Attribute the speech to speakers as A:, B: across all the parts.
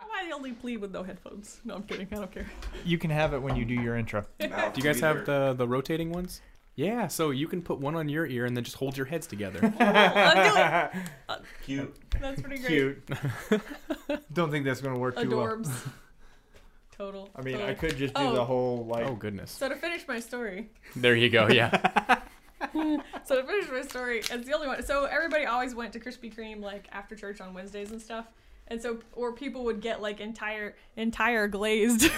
A: I only plead with no headphones. No, I'm kidding. I don't care.
B: You can have it when you do your intro.
C: Do you guys have the the rotating ones? Yeah, so you can put one on your ear and then just hold your heads together.
A: I'll do
D: cute?
A: it. That's pretty great.
B: Don't think that's gonna work too well.
A: Adorbs. Total.
B: I mean,
A: total.
B: I could just do
A: Oh.
B: the whole like.
C: oh goodness.
A: So to finish my story,
C: There you go. Yeah.
A: so to finish my story, it's the only one. So everybody always went to Krispy Kreme like after church on Wednesdays and stuff, and so or people would get like entire entire glazed,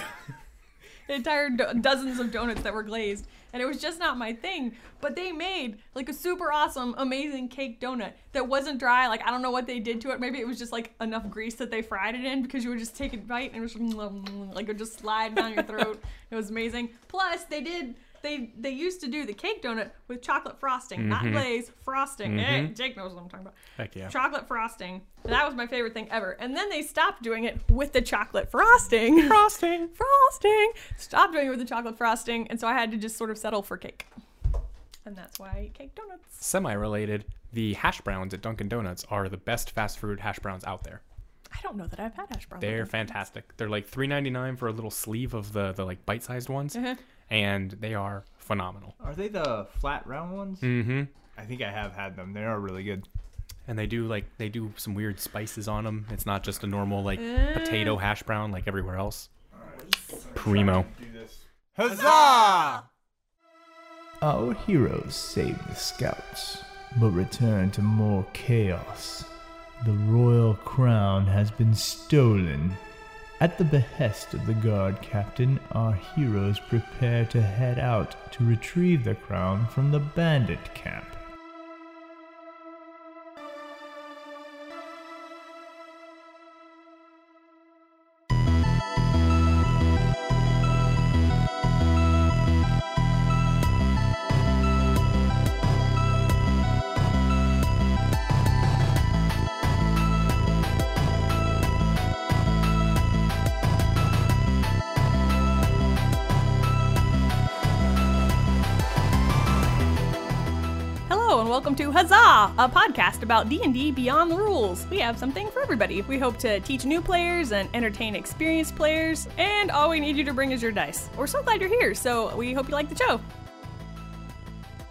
A: entire do- dozens of donuts that were glazed, and it was just not my thing. But they made like a super awesome, amazing cake donut that wasn't dry. Like I don't know what they did to it. Maybe it was just like enough grease that they fried it in because you would just take a bite and it was just, mm, like it would just slide down your throat. It was amazing. Plus they did they they used to do the cake donut with chocolate frosting, not glaze, frosting. Hey, Jake knows what I'm talking about.
C: Heck yeah.
A: Chocolate frosting. And that was my favorite thing ever. And then they stopped doing it with the chocolate frosting. Frosting. frosting. Stopped doing it with the chocolate frosting, and so I had to just sort of settle for cake. And that's why I eat cake donuts.
C: Semi-related, the hash browns at Dunkin' Donuts are the best fast food hash browns out there.
A: I don't know that I've had hash browns.
C: They're fantastic. They're like three ninety nine for a little sleeve of the the like bite sized ones,
A: Mm-hmm. Uh-huh.
C: and they are phenomenal.
B: Are they the flat round ones?
C: Mm-hmm.
B: I think I have had them. They are really good.
C: And they do like they do some weird spices on them. It's not just a normal like potato hash brown like everywhere else. Primo.
B: Do this. Huzzah! Our heroes saved the scouts, but returned to more chaos. The royal crown has been stolen. At the behest of the guard captain, our heroes prepare to head out to retrieve the crown from the bandit camp.
A: Hello and welcome to Huzzah, a podcast about D&D Beyond the Rules. We have something for everybody. We hope to teach new players and entertain experienced players, and all we need you to bring is your dice. We're so glad you're here, so we hope you like the show.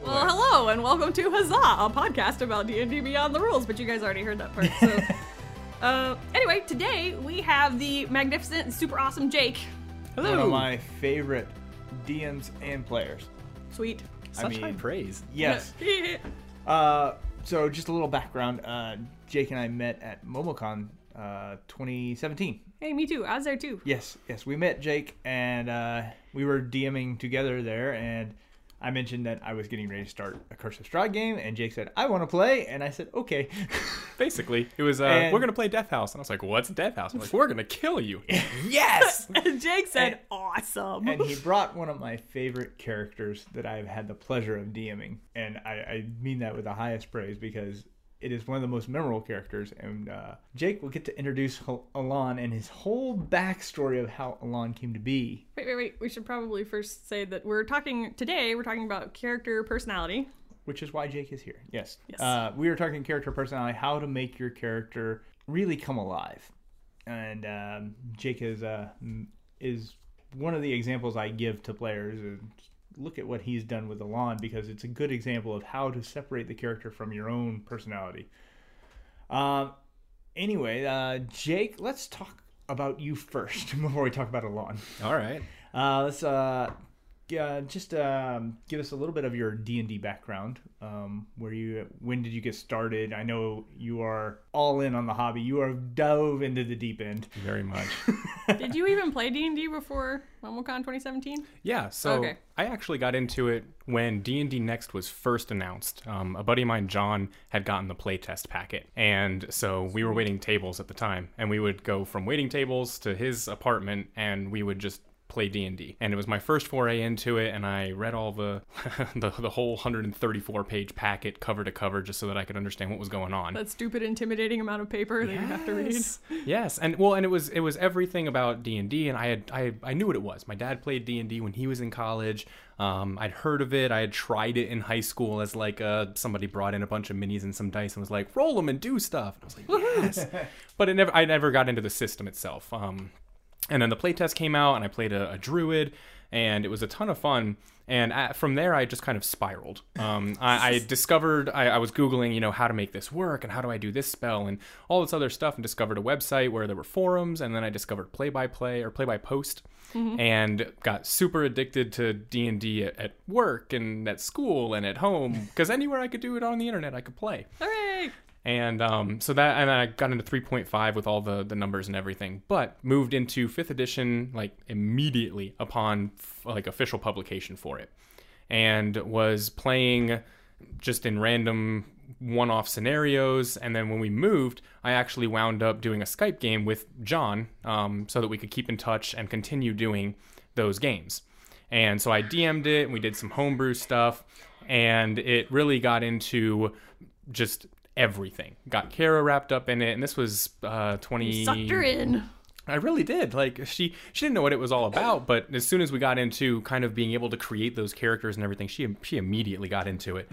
A: Well, hello and welcome to Huzzah, a podcast about D&D Beyond the Rules, but you guys already heard that part, so... uh, anyway, today we have the magnificent and super awesome Jake. Hello.
B: One of my favorite DMs and players.
A: Sweet.
B: I mean,
C: praise.
B: yes. Uh, so just a little background. Uh, Jake and I met at MomoCon uh, 2017.
A: hey, me too. I was there too.
B: Yes, yes, we met Jake and uh, we were DMing together there, and I mentioned that I was getting ready to start a Curse of Strahd game, and Jake said I want to play, and I said okay.
C: Basically, it was uh,
B: And-
C: we're gonna play Death House, and I was like, "What's Death House?" I'm like, "We're gonna kill you."
B: yes.
A: Jake said, awesome.
B: and he brought one of my favorite characters that I've had the pleasure of DMing, and I, I mean that with the highest praise because it is one of the most memorable characters. And uh, Jake will get to introduce Hel- Alon and his whole backstory of how Alon came to be.
A: Wait, wait, wait. We should probably first say that we're talking today, we're talking about character personality.
B: which is why Jake is here. Yes.
A: Yes.
B: Uh, we were talking character personality, how to make your character really come alive, and um, Jake is uh, m- is one of the examples I give to players. And look at what he's done with Alon because it's a good example of how to separate the character from your own personality. Um. Anyway, uh, Jake, let's talk about you first before we talk about Alon.
C: All right.
B: Uh, let's uh, g- uh, just um, give us a little bit of your D and D background. Um, where you, when did you get started? I know you are all in on the hobby. You are dove into the deep end.
C: Very much.
A: Did you even play D&D before MomoCon 2017?
C: Yeah, so
A: Okay.
C: I actually got into it when D&D Next was first announced. Um, a buddy of mine, John, had gotten the playtest packet, and so we were waiting tables at the time, and we would go from waiting tables to his apartment, and we would just play D&D. And it was my first foray into it and I read all the the, the whole 134 page packet cover to cover just so that I could understand what was going on.
A: That stupid, intimidating amount of paper that you have to read.
C: Yes. Yes, and well, and it was it was everything about D and D, and I had I I knew what it was. My dad played D and D when he was in college. Um, I'd heard of it. I had tried it in high school as like uh, somebody brought in a bunch of minis and some dice and was like, roll them and do stuff. And I was like, yes, but it never I never got into the system itself. Um, and then the playtest came out, and I played a, a druid, and it was a ton of fun. And I, from there, I just kind of spiraled. Um, I, I discovered I, I was googling, you know, how to make this work, and how do I do this spell, and all this other stuff, and discovered a website where there were forums, and then I discovered play by play or play by post, and got super addicted to D and D at work and at school and at home because anywhere I could do it on the internet, I could play
A: Hooray!
C: and um, so that and I got into 3.5 with all the the numbers and everything, but moved into fifth edition like immediately upon f- like official publication for it, and was playing just in random one-off scenarios and then when we moved i actually wound up doing a skype game with john um, so that we could keep in touch and continue doing those games and so I DM'd it, and we did some homebrew stuff, and it really got into just everything. Got Kara wrapped up in it, and this was uh,
E: E.
C: twenty.
A: Sucked her in.
C: I really did. Like she, she didn't know what it was all about, but as soon as we got into kind of being able to create those characters and everything, she she immediately got into it.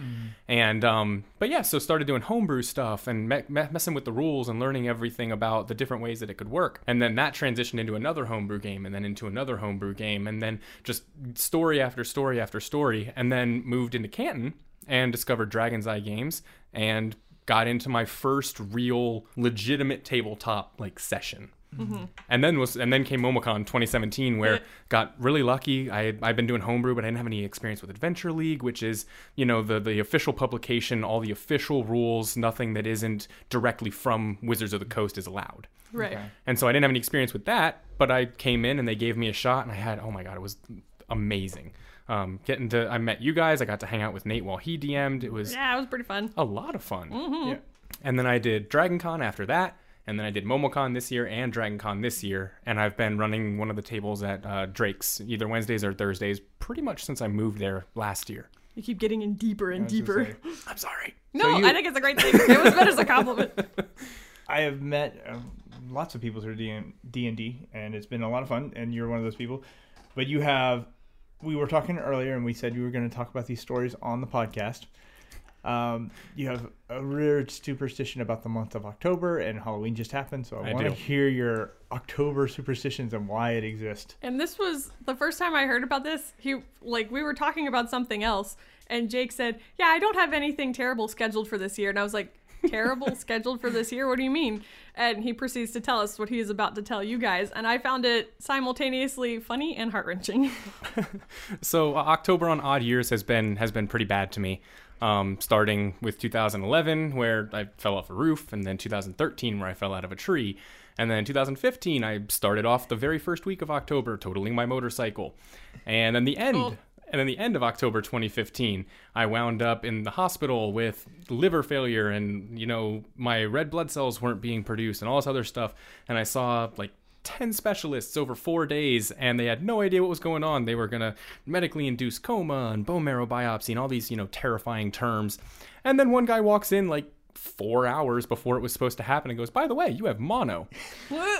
C: And um, but yeah, so started doing homebrew stuff and me- me- messing with the rules and learning everything about the different ways that it could work. And then that transitioned into another homebrew game, and then into another homebrew game, and then just story after story after story, and then moved into Canton and discovered Dragon's Eye Games and got into my first real legitimate tabletop like session. And then was and then came Momocon 2017, where got really lucky. I I've been doing homebrew, but I didn't have any experience with Adventure League, which is you know the the official publication, all the official rules. Nothing that isn't directly from Wizards of the Coast is allowed.
A: Right.
C: And so I didn't have any experience with that, but I came in and they gave me a shot, and I had oh my god, it was amazing. Um, getting to I met you guys. I got to hang out with Nate while he DM'd. It was
A: Yeah, it was pretty fun.
C: a lot of fun.
E: Yeah.
C: And then I did Dragon Con after that. And then I did MomoCon this year and Dragon Con this year. And I've been running one of the tables at uh, Drake's either Wednesdays or Thursdays pretty much since I moved there last year.
A: You keep getting in deeper and
E: I was gonna
A: deeper.
E: say,
C: I'm sorry.
A: No,
E: So you-
A: I think it's a great thing. It was meant as a compliment.
E: I have met uh, lots of people through D and D, and it's been a lot of fun. And you're one of those people. But you have. We were talking earlier, and we said you were going to talk about these stories on the podcast. Um, you have a weird superstition about the month of October, and Halloween just happened. So I,
C: I
E: want to
C: do.
E: hear your October superstitions and why it exists.
A: And this was the first time I heard about this. He like we were talking about something else, and Jake said, "Yeah, I don't have anything terrible scheduled for this year." And I was like, "Terrible scheduled for this year? What do you mean?" And he proceeds to tell us what he is about to tell you guys, and I found it simultaneously funny and heart wrenching.
C: so uh, October on odd years has been has been pretty bad to me. Um, starting with 2011, where I fell off a roof, and then 2013, where I fell out of a tree, and then 2015, I started off the very first week of October totaling my motorcycle, and then the end.
A: Oh.
C: And then the end of October 2015, I wound up in the hospital with liver failure, and you know my red blood cells weren't being produced, and all this other stuff. And I saw like 10 specialists over four days and they had no idea what was going on. They were going to medically induce coma and bone marrow biopsy and all these, you know, terrifying terms. And then one guy walks in like four hours before it was supposed to happen and goes, By the way, you have mono.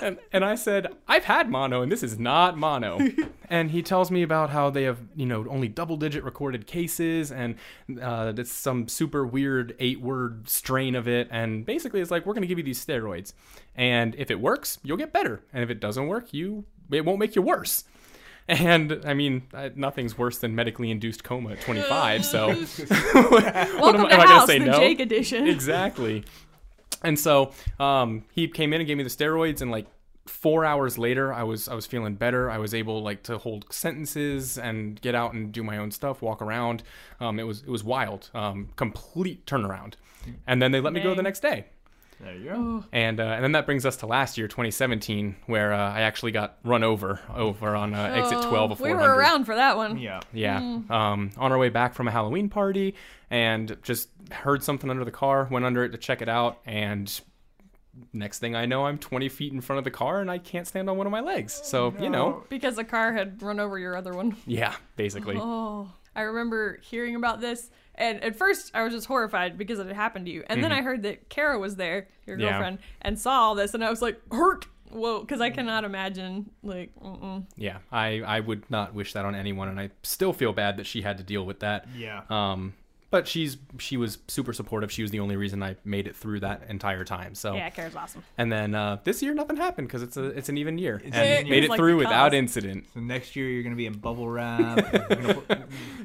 C: And, and I said, I've had mono and this is not mono. and he tells me about how they have, you know, only double digit recorded cases and uh, it's some super weird eight word strain of it. And basically, it's like, we're going to give you these steroids. And if it works, you'll get better. And if it doesn't work, you it won't make you worse. And I mean, I, nothing's worse than medically induced coma at 25. So, what am,
A: Welcome
C: am
A: to
C: I
A: House,
C: gonna say
A: the
C: no?
A: Jake edition.
C: exactly. And so um, he came in and gave me the steroids, and like four hours later, I was I was feeling better. I was able like to hold sentences and get out and do my own stuff, walk around. Um, it was it was wild, um, complete turnaround. And then they let me go the
A: Dang.
C: next day.
E: There you go.
C: And, uh, and then that brings us to last year, 2017, where uh, I actually got run over over on uh, exit 12 of
A: Oh, we
C: 400.
A: were around for that one.
E: Yeah.
C: Yeah.
A: Hmm.
C: Um, on our way back from a Halloween party and just heard something under the car, went under it to check it out, and next thing I know, I'm 20 feet in front of the car and I can't stand on one of my legs. So, you know,
A: because the car had run over your other one.
C: yeah, basically.
A: Oh, I remember hearing about this, and at first I was just horrified because it had happened to you, and then I heard that Kara was there, your
C: Yeah.
A: girlfriend, and saw all this, and I was like, hurt. Whoa, because I cannot imagine like, mm-mm.
C: Yeah, I, I would not wish that on anyone. And I still feel bad that she had to deal with that.
B: Yeah.
C: Um, but she's she was super supportive. She was the only reason I made it through that entire time. So
A: yeah, Kara's awesome.
C: And then uh, this year, nothing happened because it's a it's an even year,
B: an
C: and
B: even
C: made
A: year.
C: it
A: Like
C: through
A: the
C: without
A: cause.
C: incident,
B: So next year you're gonna be in bubble wrap. You're gonna put-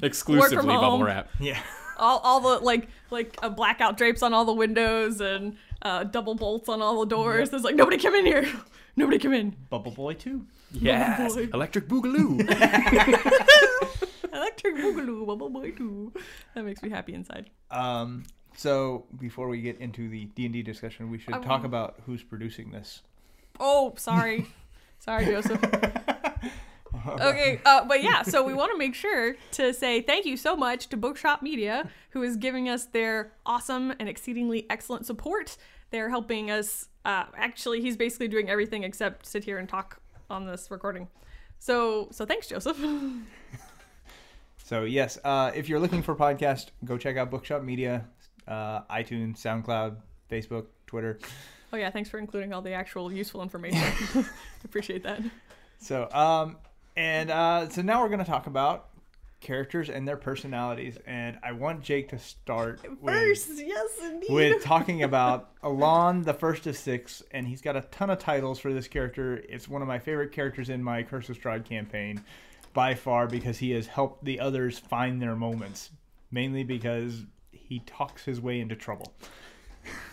C: exclusively bubble
A: home.
C: wrap.
B: yeah.
A: All, all the like like uh, blackout drapes on all the windows and uh, double bolts on all the doors. There's like nobody come in here, nobody come in.
B: Bubble Boy 2.
C: Yes,
A: Oh, boy.
C: electric boogaloo.
A: Electric boogaloo, bubble boy too. That makes me happy inside.
B: Um, so before we get into the D&D discussion, we should
A: I
B: talk
A: will-
B: about who's producing this.
A: Oh, sorry. sorry, Joseph. okay, uh, but yeah, so we want to make sure to say thank you so much to Bookshop Media, who is giving us their awesome and exceedingly excellent support. They're helping us. Uh, actually, he's basically doing everything except sit here and talk on this recording. So, so thanks, Joseph. Oh,
B: So yes, uh, if you're looking for podcast, go check out Bookshop Media, uh, iTunes, SoundCloud, Facebook, Twitter.
A: Oh yeah, thanks for including all the actual useful information. Appreciate that.
B: So um, and uh, so now we're gonna talk about characters and their personalities, and I want Jake to start with-
A: yes, indeed.
B: with talking about Alon, the first of six, and he's got a ton of titles for this character. It's one of my favorite characters in my Curse of Strahd campaign by far because he has helped the others find their moments, mainly because he talks his way into trouble.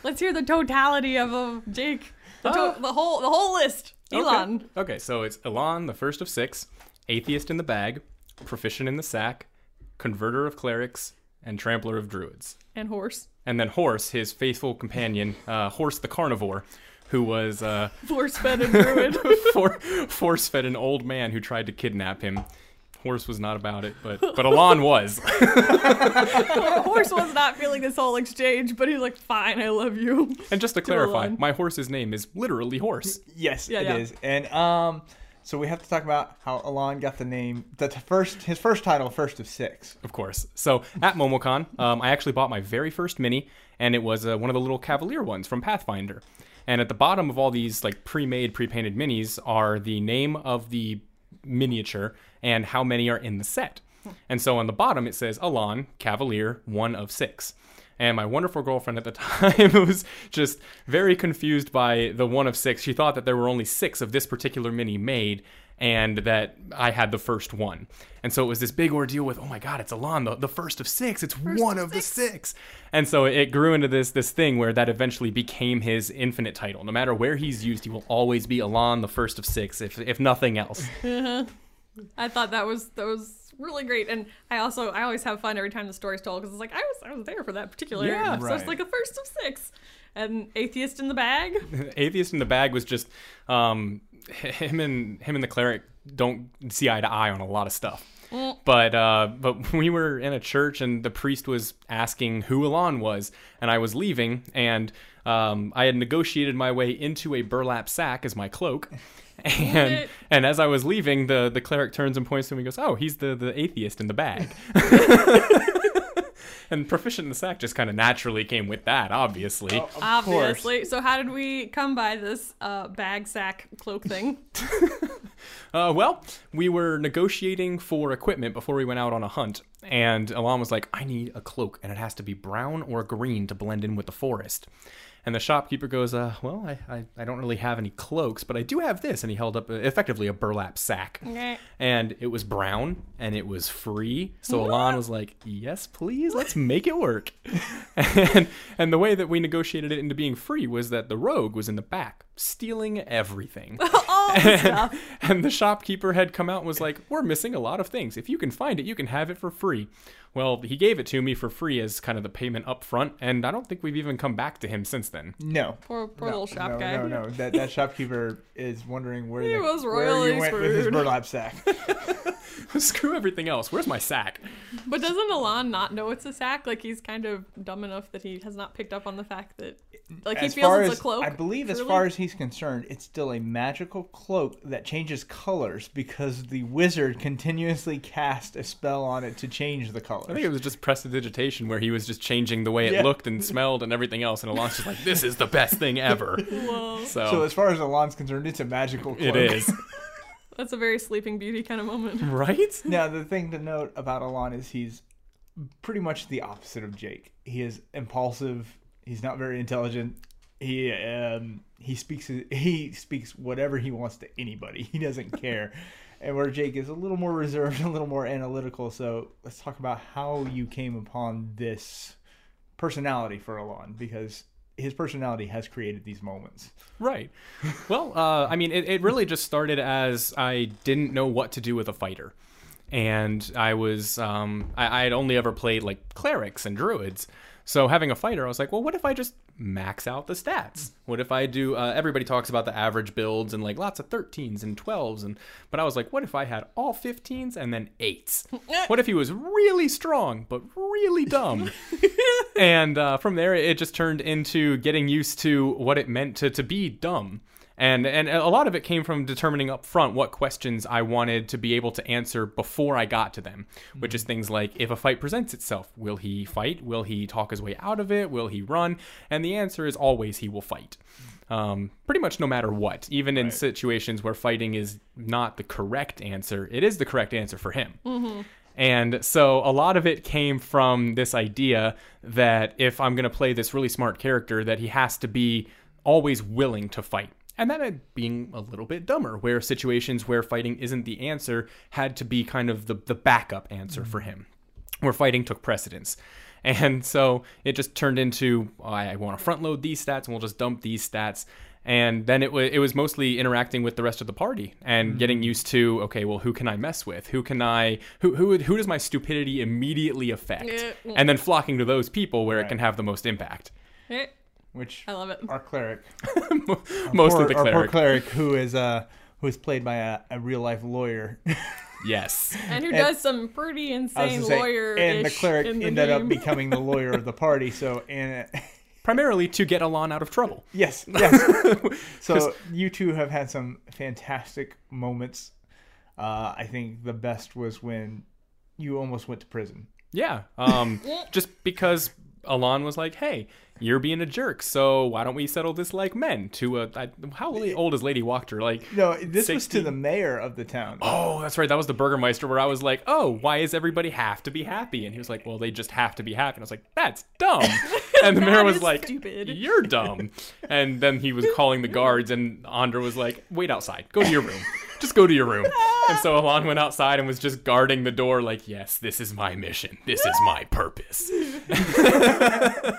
A: Let's hear the totality of uh, Jake. The, to-
C: Ah.
A: the whole the whole list. Elon.
C: Okay. okay, so it's Elon, the first of six, atheist in the bag, proficient in the sack, converter of clerics, and trampler of druids.
A: and horse.
C: And then Horse, his faithful companion, uh, Horse the carnivore, who was. Uh,
A: Force fed and druid.
C: for, force fed an old man who tried to kidnap him. Horse was not about it, but but Alon was.
A: horse was not feeling this whole exchange, but he's like, "Fine, I love you."
C: And just to clarify,
A: Alon.
C: my horse's name is literally Horse.
B: Yes,
A: Yeah,
B: it is,
A: yeah.
B: And um, so we have to talk about how Alon got the name, the t- first his first title, first of six.
C: Of course. So at MomoCon, um, I actually bought my very first mini, and it was uh, one of the little Cavalier ones from Pathfinder. And at the bottom of all these like pre-made, pre-painted minis are the name of the miniature and how many are in the set. And so on the bottom it says Alon Cavalier, one of six. And my wonderful girlfriend at the time was just very confused by the one of six. She thought that there were only six of this particular mini made and that I had the first one. And so it was this big ordeal with, oh my God, it's Alon, the, the first of six. It's one of the six. And so it grew into this this thing where that eventually became his infinite title. No matter where he's used, he will always be Alon, the first of six, if, if nothing else.
A: I thought that was that was really great, and I also I always have fun every time the story's told because it's like I was I was there for that particular.
C: Yeah.
A: so it's
B: Right.
A: like a first of six, and atheist in the bag.
C: atheist in the bag was just um, h- him and him and the cleric don't see eye to eye on a lot of stuff. But uh, but we were in a church and the priest was asking who Elon was, and I was leaving, and um, I had negotiated my way into a burlap sack as my cloak. And
A: it.
C: and as I was leaving, the, the cleric turns and points to me and goes, Oh, he's the, the atheist in the bag. and proficient in the sack just kind of naturally came with that, obviously.
B: Of
A: Obviously. So how did we come by this uh, bag sack cloak thing?
C: Uh, well, we were negotiating for equipment before we went out on a hunt, and Alon was like, I need a cloak, and it has to be brown or green to blend in with the forest. And the shopkeeper goes, uh, Well, I, I, I don't really have any cloaks, but I do have this. And he held up uh, effectively a burlap sack.
A: Nyeh.
C: And it was brown and it was free. So Alon was like, Yes, please, let's make it work. and, and the way that we negotiated it into being free was that the rogue was in the back, stealing everything.
A: All the stuff.
C: And the shopkeeper had come out and was like, We're missing a lot of things. If you can find it, you can have it for free. Well, he gave it to me for free as kind of the payment up front, and I don't think we've even come back to him since then.
B: No.
A: Poor poor
B: no,
A: little shop
B: no,
A: guy.
B: No, no, That that shopkeeper is wondering where he the,
A: was
B: where
A: royally
B: you went with his
A: screwed.
B: burlap sack.
C: Screw everything else. Where's my sack?
A: But doesn't Alon not know it's a sack? Like he's kind of dumb enough that he has not picked up on the fact that Like he
B: as
A: feels
B: far
A: it's
B: as-
A: a cloak.
B: I believe, as
A: truly?
B: far as he's concerned, it's still a magical cloak that changes colors because the wizard continuously cast a spell on it to change the colors.
C: I think it was just prestidigitation where he was just changing the way it
B: Yeah.
C: looked and smelled and everything else, and Alon's just like, "This is the best thing ever."
A: Whoa,
C: So,
B: so, as far as Alon's concerned, it's a magical cloak.
C: it is
A: that's a very Sleeping Beauty kind of moment.
C: right.
B: now, the thing to note about Alon is he's pretty much the opposite of Jake. He is impulsive. He's not very intelligent. He um, he speaks he speaks whatever he wants to anybody. He doesn't care. and where Jake is a little more reserved, a little more analytical. So let's talk about how you came upon this personality for Alon because his personality has created these moments.
C: Right. Well, uh, I mean, it, it really just started as I didn't know what to do with a fighter. And I was, um, I, I had only ever played like clerics and druids. So having a fighter, I was like, well, what if I just max out the stats? What if I do, uh, everybody talks about the average builds and like lots of 13s and 12s. and But I was like, what if I had all 15s and then 8s? what if he was really strong, but really dumb? and uh, from there, it just turned into getting used to what it meant to, to be dumb. And, and a lot of it came from determining up front what questions I wanted to be able to answer before I got to them, which is things like if a fight presents itself, will he fight? Will he talk his way out of it? Will he run? And the answer is always he will fight. Um, pretty much no matter what, even in situations where fighting is not the correct answer, it is the correct answer for him. And so a lot of it came from this idea that if I'm going to play this really smart character, that he has to be always willing to fight. And that meant being a little bit dumber, where situations where fighting isn't the answer had to be kind of the, the backup answer for him, where fighting took precedence. And so it just turned into "Oh, I, I want to front load these stats and we'll just dump these stats. And then it, wa it was mostly interacting with the rest of the party and
B: Mm-hmm.
C: getting used to okay, well, who can I mess with? Who can I who who who does my stupidity immediately affect?
A: Yeah.
C: And then flocking to those people where it
B: Right.
C: can have the most impact.
A: Eh,
B: Which
A: I love it.
B: our cleric
C: mostly
B: poor,
C: the
B: our poor
C: cleric.
B: cleric who is uh who is played by a, a real life lawyer.
C: yes.
A: And who does some pretty
B: I was
A: insane
B: gonna say,
A: lawyer
B: and the cleric
A: in the
B: ended
A: game.
B: up becoming the lawyer of the party. So and
C: Primarily to get Alon out of trouble.
B: yes, yes. so you two have had some fantastic moments. Uh, I think the best was when you almost went to prison.
C: Yeah. Um, just because Alon was like, hey, you're being a jerk, so why don't we settle this like men? To a, I, how old is Lady Walker? Like,
B: No, this was to
C: 16.
B: the mayor of the town.
C: oh, that's right. That was the Burgermeister where I was like, oh, why does everybody have to be happy? And he was like, well, they just have to be happy. And I was like, that's dumb. And the
A: That
C: mayor was
A: is
C: like,
A: stupid.
C: you're dumb. And then he was calling the guards, and Andra was like, wait outside. Go to your room. Just go to your room. And so Alon went outside and was just guarding the door, like, yes, this is my mission. This is my purpose.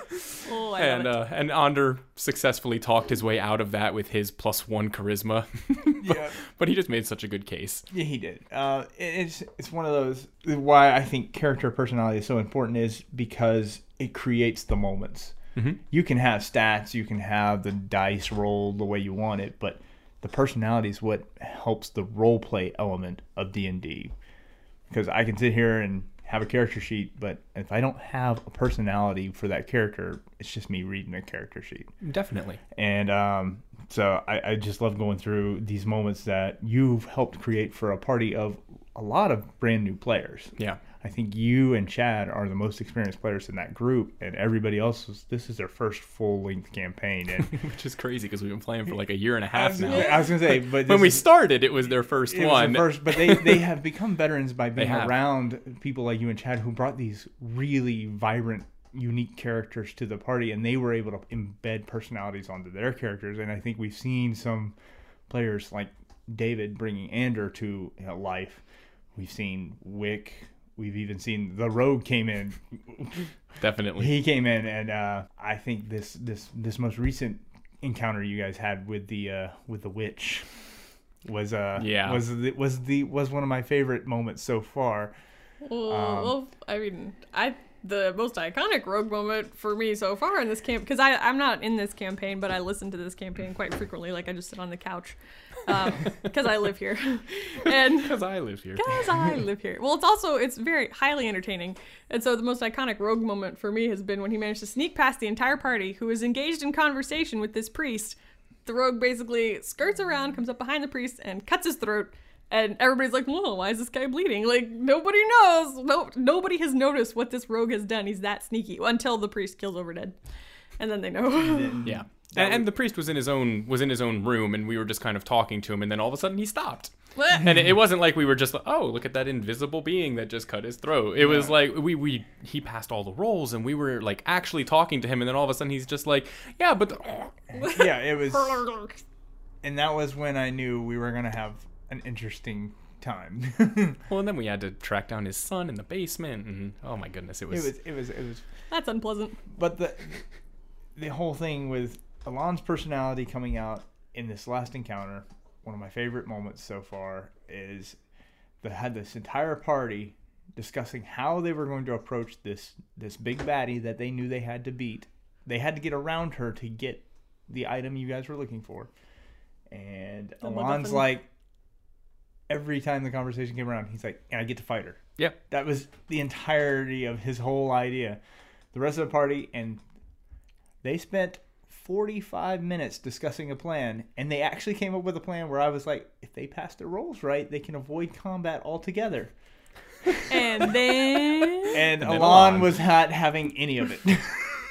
A: Oh, I
C: and
A: love
C: uh, and Ander successfully talked his way out of that with his plus one charisma. but,
B: Yeah.
C: but he just made such a good case.
B: Yeah, he did. Uh, it- it's it's one of those why I think character personality is so important is because it creates the moments. You can have stats, you can have the dice rolled the way you want it, but the personality is what helps the role play element of D and D. Because I can sit here and have a character sheet, but if I don't have a personality for that character, it's just me reading a character sheet
C: Definitely.
B: and um, so I, I just love going through these moments that you've helped create for a party of a lot of brand new players.
C: Yeah.
B: I think you and Chad are the most experienced players in that group, and everybody else is. This is their first full length campaign, and
C: Which is crazy because we've been playing for like a year and a half now.
B: I was gonna say, but
C: When we
B: this-
C: started, it was their first
B: it was
C: one.
B: the first, but they they have become veterans by being
C: have.
B: around people like you and Chad who brought these really vibrant. Unique characters to the party, and they were able to embed personalities onto their characters. And I think we've seen some players like David bringing Ander to you know, life. We've seen Wick. We've even seen the Rogue came in.
C: Definitely.
B: He came in, and uh, I think this this this most recent encounter you guys had with the uh, with the witch was uh
C: Yeah.
B: was the, was the was one of my favorite moments so far.
A: it. Well, Oh,
B: Um,
A: well, I mean, I the most iconic rogue moment for me so far in this camp because I I'm not in this campaign, but I listen to this campaign quite frequently. Like I just sit on the couch, because I live here, and
C: Because I live here.
A: because I live here. Well, it's also it's very highly entertaining, and so the most iconic rogue moment for me has been when he managed to sneak past the entire party, who is engaged in conversation with this priest. The rogue basically skirts around, comes up behind the priest, and cuts his throat. And everybody's like, "Whoa, why is this guy bleeding?" Like nobody knows. No, nobody has noticed what this rogue has done. He's that sneaky until the priest kills over dead, and then they know.
C: Yeah. And, and the priest was in his own was in his own room, and we were just kind of talking to him, and then all of a sudden he stopped. And it, it wasn't like we were just like, oh, look at that invisible being that just cut his throat. It was like we we he passed all the roles, and we were like actually talking to him, and then all of a sudden he's just like, yeah, but the-
B: yeah, it was, and that was when I knew we were gonna have an interesting time. it
C: well, and then we had to track down his son in the basement, and oh my goodness, it was,
B: was, it was, it was.
A: That's unpleasant.
B: But the the whole thing with Alon's personality coming out in this last encounter, one of my favorite moments so far is they had this entire party discussing how they were going to approach this this big baddie that they knew they had to beat. They had to get around her to get the item you guys were looking for. And Alon's
A: MacGuffin.
B: like every time the conversation came around, he's like, and I get to fight her.
C: yeah,
B: That was the entirety of his whole idea. The rest of the party, and they spent 45 minutes discussing a plan, and they actually came up with a plan where I was like, if they pass their rolls right, they can avoid combat altogether.
A: And then
B: And,
C: then
B: Alon,
C: Alon.
B: was not having any of it.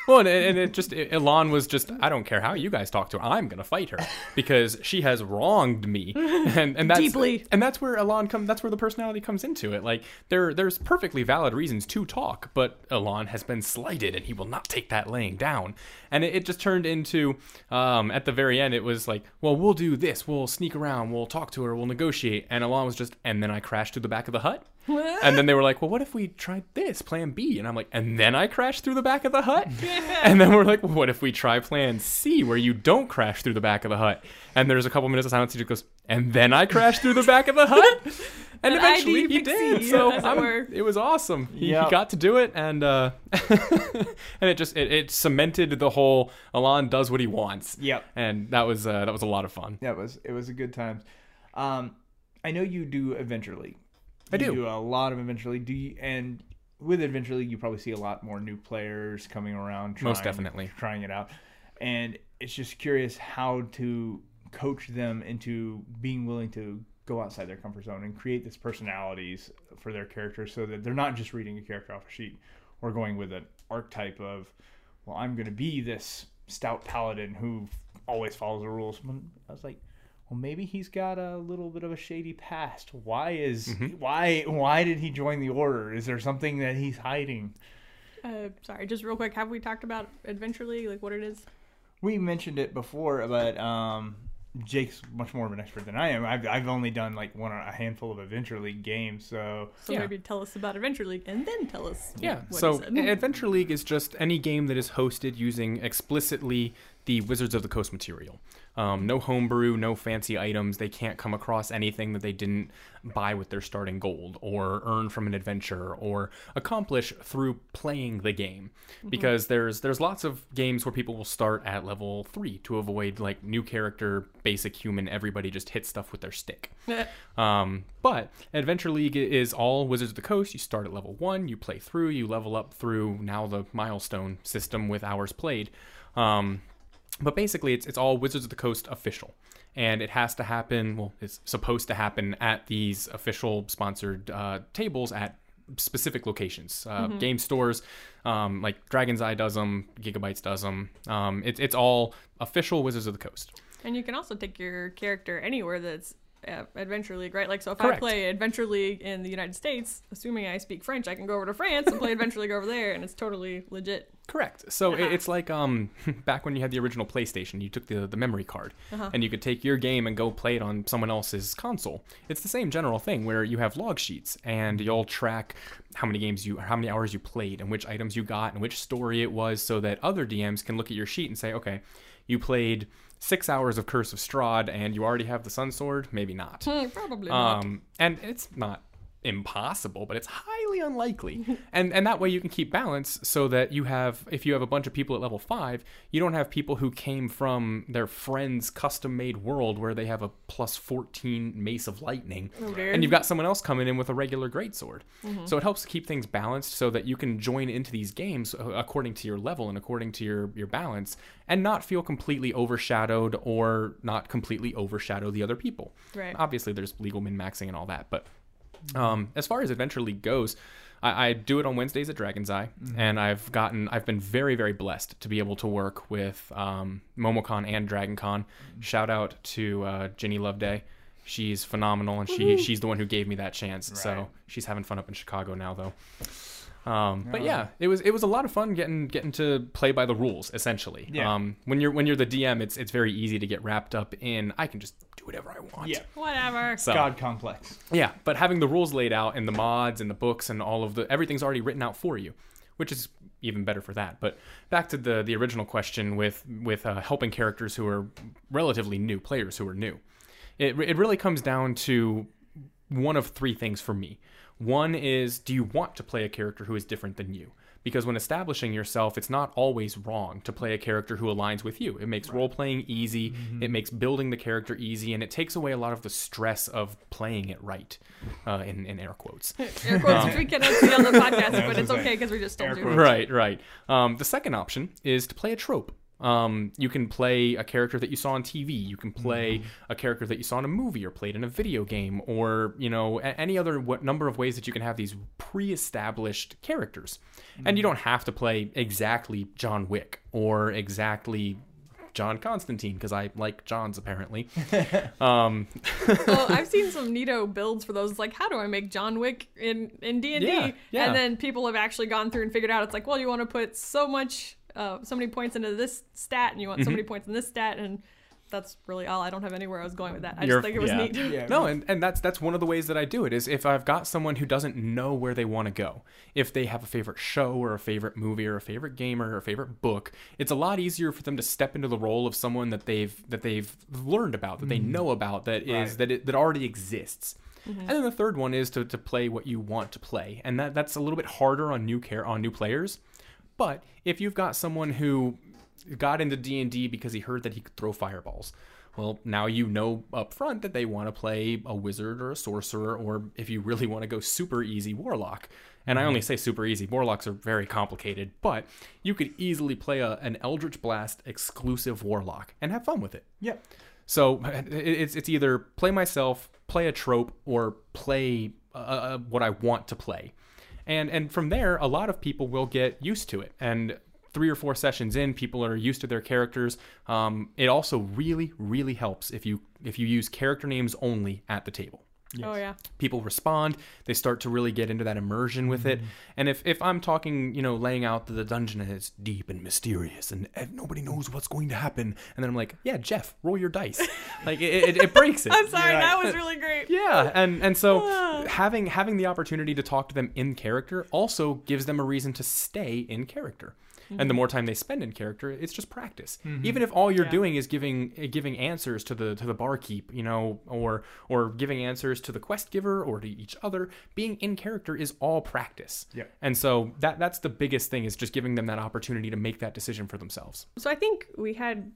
C: Well, and, and it just Elon was just I don't care how you guys talk to her. I'm gonna fight her because she has wronged me, and and that's
A: Deeply.
C: And that's where Elon come. That's where the personality comes into it. Like there, there's perfectly valid reasons to talk, but Elon has been slighted, and he will not take that laying down. And it, it just turned into um, at the very end, it was like, well, we'll do this. We'll sneak around. We'll talk to her. We'll negotiate. And Elon was just, and then I crashed through the back of the hut. and then they were like, well, what if we tried this plan B? And I'm like, and then I crashed through the back of the hut. and then we're like, well, what if we try plan C, where you don't crash through the back of the hut? And there's a couple minutes of silence. He just goes, and then I crashed through the back of the hut. And,
A: And
C: eventually
A: ID
C: he did.
A: Pixie,
C: So
A: as it
C: I'm-
A: were.
C: it was awesome. He,
B: Yeah.
C: he got to do it, and uh, and it just it, it cemented the whole Alon does what he wants.
B: Yep.
C: And that was uh, that was a lot of fun.
B: yeah, it was it was a good time. Um, I know you do Adventure League.
C: I
B: You
C: do.
B: do a lot of Adventure League. Do you, and with Adventure League, you probably see a lot more new players coming around. Trying,
C: Most definitely.
B: trying it out, and it's just curious how to coach them into being willing to go outside their comfort zone and create these personalities for their characters, so that they're not just reading a character off a sheet or going with an archetype of, well, I'm going to be this stout paladin who always follows the rules. When- I was like, well, maybe he's got a little bit of a shady past. Why is why why did he join the order? Is there something that he's hiding?
A: Uh, sorry, just real quick. Have we talked about Adventure League, like what it is?
B: We mentioned it before, but um, Jake's much more of an expert than I am. I've, I've only done like one a handful of Adventure League games, so
A: So
C: Yeah.
A: maybe tell us about Adventure League and then tell us.
C: Yeah.
A: What is
C: so
A: it?
C: Adventure League is just any game that is hosted using explicitly the Wizards of the Coast material. Um, no homebrew, no fancy items. They can't come across anything that they didn't buy with their starting gold or earn from an adventure or accomplish through playing the game.
A: Mm-hmm.
C: Because there's there's lots of games where people will start at level three to avoid like new character, basic human. Everybody just hits stuff with their stick. Um, but Adventure League is all Wizards of the Coast. You start at level one, you play through, you level up through now the milestone system with hours played. Um, but basically, it's, it's all Wizards of the Coast official. And it has to happen, well, it's supposed to happen at these official sponsored uh, tables at specific locations uh, game stores um, like dragon's eye does them gigabytes does them um, it, it's all official wizards of the coast
A: and you can also take your character anywhere that's uh, Adventure League, right? Like, so if I
C: Correct.
A: play Adventure League in the United States, assuming I speak French, I can go over to France and play Adventure League over there, and it's totally legit.
C: Correct. So it- it's like um, back when you had the original PlayStation, you took the, the memory card and you could take your game and go play it on someone else's console. It's the same general thing where you have log sheets and you'll track how many games you, how many hours you played and which items you got and which story it was so that other DMs can look at your sheet and say, okay, you played six hours of Curse of Strahd and you already have the Sun Sword? Maybe not.
A: Hmm, Probably. not.
C: Um, and it's not impossible, but it's highly unlikely. and and that way you can keep balance so that you have if you have a bunch of people at level 5, you don't have people who came from their friend's custom-made world where they have a plus 14 mace of lightning
A: Oh, dear.
C: Um, and you've got someone else coming in with a regular greatsword. So it helps keep things balanced so that you can join into these games uh, according to your level and according to your your balance and not feel completely overshadowed or not completely overshadow the other people.
A: Right.
C: Obviously there's legal min maxing and all that, but um, as far as Adventure League goes, I, I do it on Wednesdays at Dragon's Eye,
E: Mm-hmm.
C: and I've gotten I've been very very blessed to be able to work with um, MomoCon and DragonCon.
E: Mm-hmm.
C: Shout out to uh, Ginny Loveday, she's phenomenal, and she she's the one who gave me that chance.
E: Right.
C: So she's having fun up in Chicago now though. Um, but yeah, it was it was a lot of fun getting getting to play by the rules essentially.
E: Yeah.
C: Um, when you're when you're the DM, it's it's very easy to get wrapped up in I can just do whatever I want.
E: Yeah.
A: Whatever.
C: So-
E: God complex.
C: Yeah, but having the rules laid out and the mods and the books and all of the everything's already written out for you, which is even better for that. But back to the the original question with with uh, helping characters who are relatively new players who are new, it it really comes down to one of three things for me. One is do you want to play a character who is different than you? Because when establishing yourself, it's not always wrong to play a character who aligns with you. It makes role playing easy, it makes building the character easy, and it takes away a lot of the stress of playing it right, uh, in, in air quotes.
A: Air quotes, which we cannot see on the podcast,
E: Yeah, I was
A: but it's
E: gonna
A: okay
E: say.
A: because we just
E: Air
A: told you.
E: quotes.
C: right, right. Um, the second option is to play a trope. Um, you can play a character that you saw on TV. You can play a character that you saw in a movie or played in a video game, or you know a- any other what number of ways that you can have these pre-established characters, and you don't have to play exactly John Wick or exactly John Constantine because I like Johns apparently. um,
A: well, I've seen some neato builds for those. It's like, how do I make John Wick in in D and
C: Yeah,
A: D?
C: yeah.
A: And then people have actually gone through and figured out. It's like, well, you want to put so much, uh, so many points into this stat, and you
C: Mm-hmm.
A: want so many points in this stat, and that's really all. I don't have anywhere I was going with that. I
C: You're-
A: just think it was
C: yeah.
A: neat.
E: Yeah.
C: No, and, and that's that's one of the ways that I do it is if I've got someone who doesn't know where they want to go, if they have a favorite show or a favorite movie or a favorite gamer or a favorite book, it's a lot easier for them to step into the role of someone that they've that they've learned about, that they know about, that is
E: Mm-hmm. Right.
C: that it, that already exists.
A: Mm-hmm.
C: And then the third one is to, to play what you want to play, and that, that's a little bit harder on new care on new players. But if you've got someone who got into D and D because he heard that he could throw fireballs, well, now you know up front that they want to play a wizard or a sorcerer, or if you really want to go super easy, warlock. And I only say super easy. Warlocks are very complicated, but you could easily play a, an Eldritch Blast exclusive warlock and have fun with it.
E: Yep.
C: So it- it's it's either play myself, play a trope, or play uh, uh, what I want to play, and and from there, a lot of people will get used to it. And three or four sessions in, people are used to their characters. Um, it also really really helps if you if you use character names only at the table
A: Oh yeah.
C: people respond they start to really get into that immersion with it and if, if i'm talking you know laying out that the dungeon is deep and mysterious and ev- nobody knows what's going to happen and then i'm like yeah jeff roll your dice like it, it, it breaks it
A: I'm sorry.
E: Right.
A: That was really great.
C: yeah and and so having having the opportunity to talk to them in character also gives them a reason to stay in character and the more time they spend in character it's just practice even if all you're
A: Yeah.
C: doing is giving uh, giving answers to the to the barkeep you know or or giving answers to the quest giver or to each other being in character is all practice
E: Yeah.
C: and so that that's the biggest thing is just giving them that opportunity to make that decision for themselves
A: So I think we had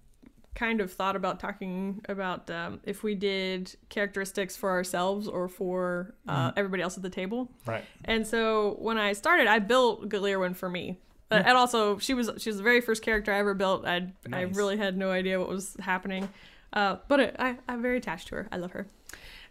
A: kind of thought about talking about um, if we did characteristics for ourselves or for uh,
C: Mm-hmm.
A: everybody else at the table.
E: Right.
A: And so when I started, I built Galirwin for me. But, and also, she was she was the very first character I ever built. I I
C: Nice.
A: really had no idea what was happening, uh, but it, I I'm very attached to her. I love her,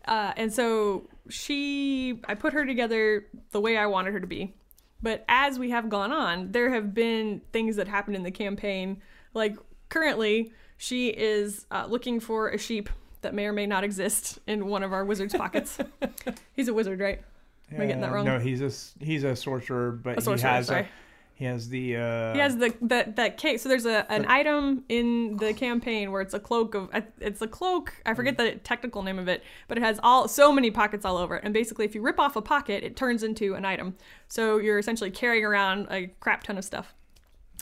A: uh, and so she I put her together the way I wanted her to be. But as we have gone on, there have been things that happened in the campaign. Like currently, she is uh, looking for a sheep that may or may not exist in one of our wizard's pockets. He's a wizard, right? Am I getting that
E: Uh,
A: wrong?
E: No, he's a s- he's a sorcerer, but
A: A sorcerer,
E: he has
A: sorry.
E: a, he has the uh,
A: He has the that that cake. So there's a an item in the campaign where it's a cloak of it's a cloak. I forget the technical name of it, but it has all so many pockets all over it. And basically, if you rip off a pocket, it turns into an item. So you're essentially carrying around a crap ton of stuff.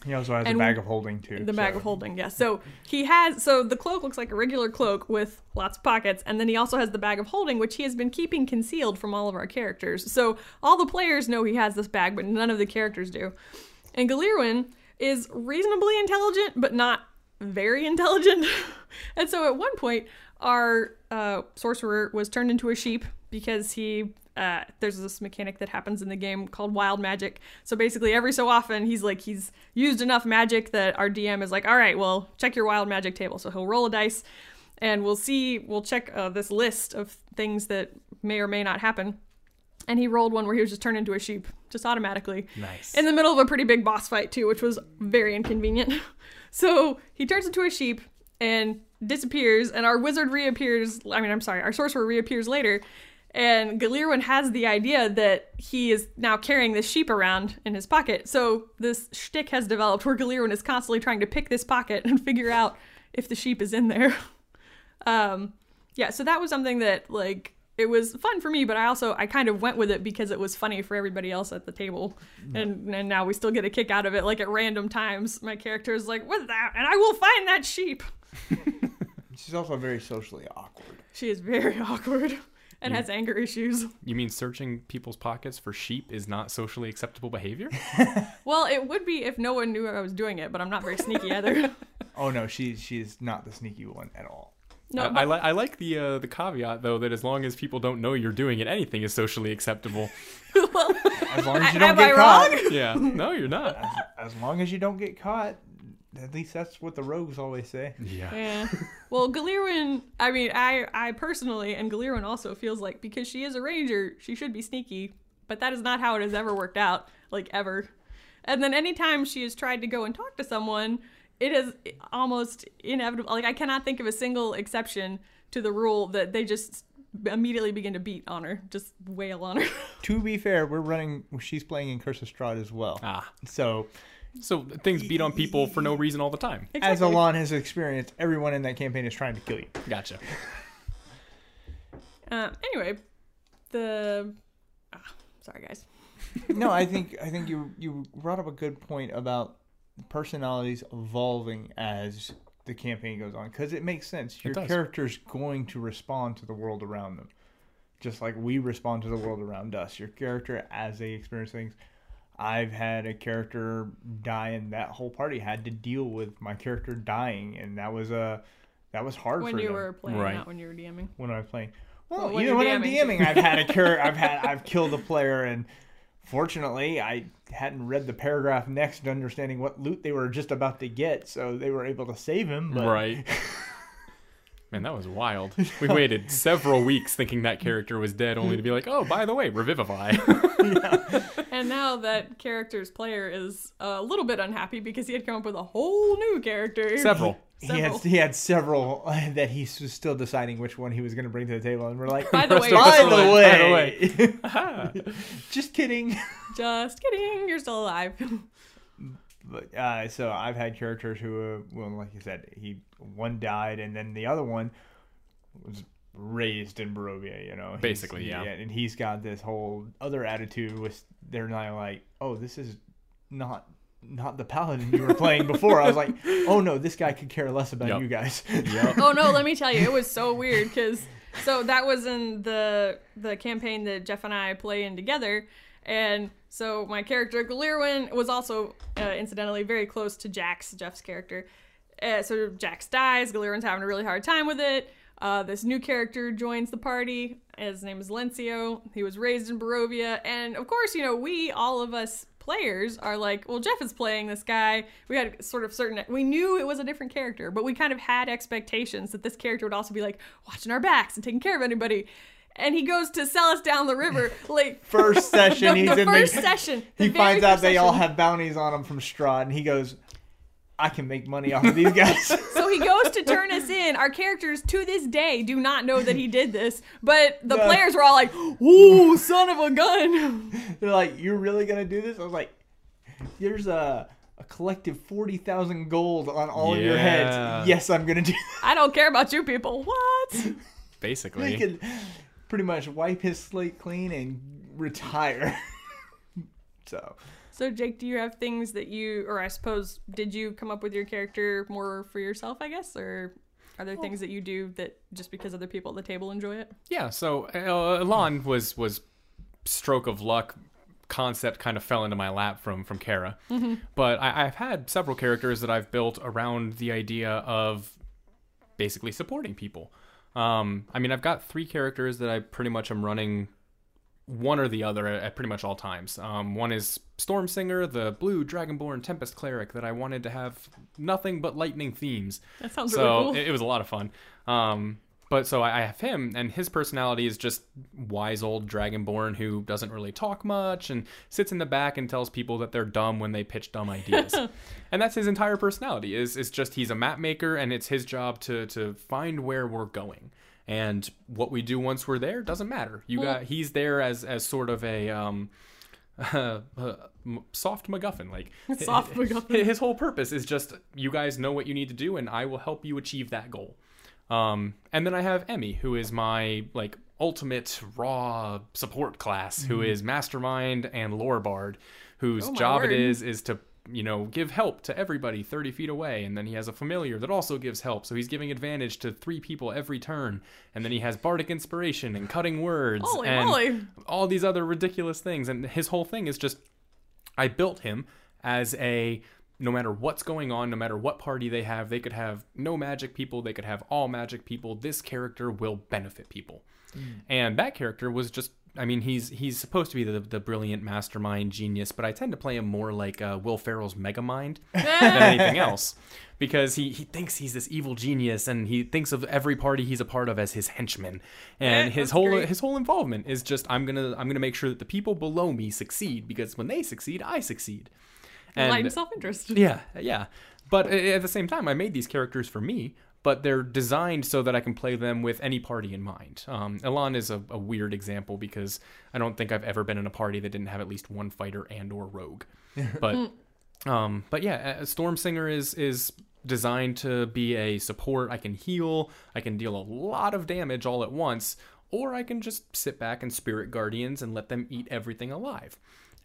B: He also has
A: And
B: a bag of holding too.
A: The bag
B: so-
A: of holding, yes. So he has, so the cloak looks like a regular cloak with lots of pockets, and then he also has the bag of holding, which he has been keeping concealed from all of our characters. So all the players know he has this bag, but none of the characters do. And Galirwin is reasonably intelligent, but not very intelligent. and so at one point, our uh, sorcerer was turned into a sheep because he. Uh, there's this mechanic that happens in the game called wild magic. So basically, every so often, he's like he's used enough magic that our DM is like, all right, well, check your wild magic table. So he'll roll a dice, and we'll see, we'll check uh, this list of things that may or may not happen. And he rolled one where he was just turned into a sheep, just automatically
C: Nice.
A: in the middle of a pretty big boss fight too, which was very inconvenient. So he turns into a sheep and disappears, and our wizard reappears. I mean, I'm sorry, our sorcerer reappears later, and Galirwin has the idea that he is now carrying this sheep around in his pocket. So this shtick has developed where Galirwin is constantly trying to pick this pocket and figure out if the sheep is in there. Um, yeah, so that was something that like it was fun for me, but I also I kind of went with it because it was funny for everybody else at the table, and and now we still get a kick out of it. Like at random times, my character is like, "What's that?" and I will find that sheep.
B: She's also very socially awkward.
A: She is very awkward and has anger issues.
C: You mean searching people's pockets for sheep is not socially acceptable behavior?
A: Well, it would be if no one knew I was doing it, but I'm not very sneaky either.
B: Oh no, she she's not the sneaky one at all.
A: No,
C: I, I, li- I like the uh, the caveat though that as long as people don't know you're doing it, anything is socially acceptable.
A: but- well,
B: As long as you
A: am
B: don't get
A: I
B: caught.
A: wrong?
C: yeah, no, you're not.
B: As long as you don't get caught. At least that's what the rogues always say.
C: Yeah,
A: Yeah. Well, Galirwin, I mean, I, I personally, and Galirwin also feels like because she is a ranger, she should be sneaky, but that is not how it has ever worked out, like ever. And then anytime she has tried to go and talk to someone, it is almost inevitable. Like, I cannot think of a single exception to the rule that they just immediately begin to beat on her, just wail on her.
B: To be fair, we're running. She's playing in Curse of Strahd as well.
C: ah,
B: So,
C: so things beat on people for no reason all the time.
B: as Alon has experienced, everyone in that campaign is trying to kill you.
C: Gotcha.
A: Uh, anyway, the. ah, sorry, guys.
B: no, I think I think you you brought up a good point about personalities evolving as the campaign goes on because it makes sense. Your
C: does.
B: character's going to respond to the world around them, just like we respond to the world around us. Your character, as they experience things, I've had a character die, and that whole party had to deal with my character dying, and that was a that was hard
A: When
B: for
A: you
B: them
A: were playing,
C: Right.
A: not when you were DMing.
B: when I'm playing. Well,
A: Well, when
B: even
A: you're
B: when I'm
A: DMing.
B: DMing, I've had a cur- I've had I've killed a player, and fortunately, I hadn't read the paragraph next to understanding what loot they were just about to get, so they were able to save him. But
C: Right. Man, that was wild. We waited several weeks thinking that character was dead, only to be like, oh, by the way, revivify.
A: And now that character's player is a little bit unhappy because he had come up with a whole new character.
C: Several.
B: he had
A: Several.
B: he had several that he was still deciding which one he was going to bring to the table, and we're like,
A: By the way,
C: Rest
B: by
C: of us
B: the
C: are like,
B: way, just kidding.
A: just kidding, you're still alive.
B: But uh, so I've had characters who, uh, well, like you said, he one died, and then the other one was raised in Barovia. You know, He's-
C: Basically, yeah.
B: And he's got this whole other attitude with they're not like, oh, this is not not the paladin you were playing before. I was like, oh no, this guy could care less about
C: Yep.
B: you guys.
C: yep.
A: oh no, let me tell you, it was so weird because so that was in the the campaign that Jeff and I play in together, and so my character Galirwin was also uh, incidentally very close to Jax, Jeff's character. Uh, so Jax dies. Galirwin's having a really hard time with it. Uh, this new character joins the party. His name is Lencio. He was raised in Barovia, and of course, you know we all of us players are like, well, Jeff is playing this guy. We had sort of certain, we knew it was a different character, but we kind of had expectations that this character would also be like watching our backs and taking care of anybody. And he goes to sell us down the river, like
B: First session,
A: the,
B: he's
A: the
B: in
A: first
B: the,
A: session. the
B: He
A: very
B: finds out
A: first
B: they all
A: session.
B: have bounties on him from Strahd, and he goes, I can make money off of these guys.
A: So he goes to turn us in. Our characters to this day do not know that he did this, but the
B: No.
A: players were all like, "Ooh, son of a gun!"
B: They're like, "You're really gonna do this?" I was like, "There's a a collective forty thousand gold on all of your
C: Yeah.
B: heads." Yes, I'm gonna do. That.
A: I don't care about you people. What?
B: He
C: Basically.
B: could pretty much wipe his slate clean and retire. so
A: So Jake, do you have things that you, or I suppose, did you come up with your character more for yourself? I guess, or are there things that you do that just because other people at the table enjoy it?
C: Yeah, so uh, Elon was was stroke of luck concept kind of fell into my lap from from Kara.
A: Mm-hmm.
C: But I, I've had several characters that I've built around the idea of basically supporting people. Um, I mean, I've got three characters that I pretty much am running one or the other at at pretty much all times. Um, one is Storm Singer, the blue dragonborn tempest cleric that I wanted to have nothing but lightning themes
A: That sounds
C: so
A: really cool.
C: it, it was a lot of fun. Um, but so I, I have him, and his personality is just wise old dragonborn who doesn't really talk much and sits in the back and tells people that they're dumb when they pitch dumb ideas. and that's his entire personality. Is is just he's a map maker, and it's his job to to find where we're going. And what we do once we're there doesn't matter. You got he's there as as sort of a um, uh, m- soft MacGuffin. Like
A: Soft MacGuffin.
C: His whole purpose is just you guys know what you need to do, and I will help you achieve that goal. Um, and then I have Emmy, who is my like ultimate raw support class, who is mastermind and lore bard, whose
A: Mm-hmm. Oh my
C: job
A: word.
C: it is is to you know give help to everybody 30 feet away and then he has a familiar that also gives help so he's giving advantage to three people every turn and then he has bardic inspiration and cutting words
A: Holy
C: and
A: moly.
C: all these other ridiculous things and his whole thing is just I built him as a no matter what's going on, no matter what party they have, they could have no magic people, they could have all magic people. This character will benefit people.
A: Hmm.
C: And that character was just I mean, he's he's supposed to be the, the brilliant mastermind genius, but I tend to play him more like uh, Will Ferrell's Megamind than anything else, because he, he thinks he's this evil genius, and he thinks of every party he's a part of as his henchman, and
A: Eh,
C: his
A: that's
C: whole
A: great.
C: his whole involvement is just I'm gonna I'm gonna make sure that the people below me succeed because when they succeed, I succeed.
A: Enlightened
C: And
A: self-interest.
C: yeah, yeah. But a- at the same time, I made these characters for me, but they're designed so that I can play them with any party in mind. Um, Elan is a, a weird example because I don't think I've ever been in a party that didn't have at least one fighter and or rogue. But um, but yeah, a- a Storm Singer is is designed to be a support. I can heal. I can deal a lot of damage all at once, or I can just sit back and Spirit Guardians and let them eat everything alive.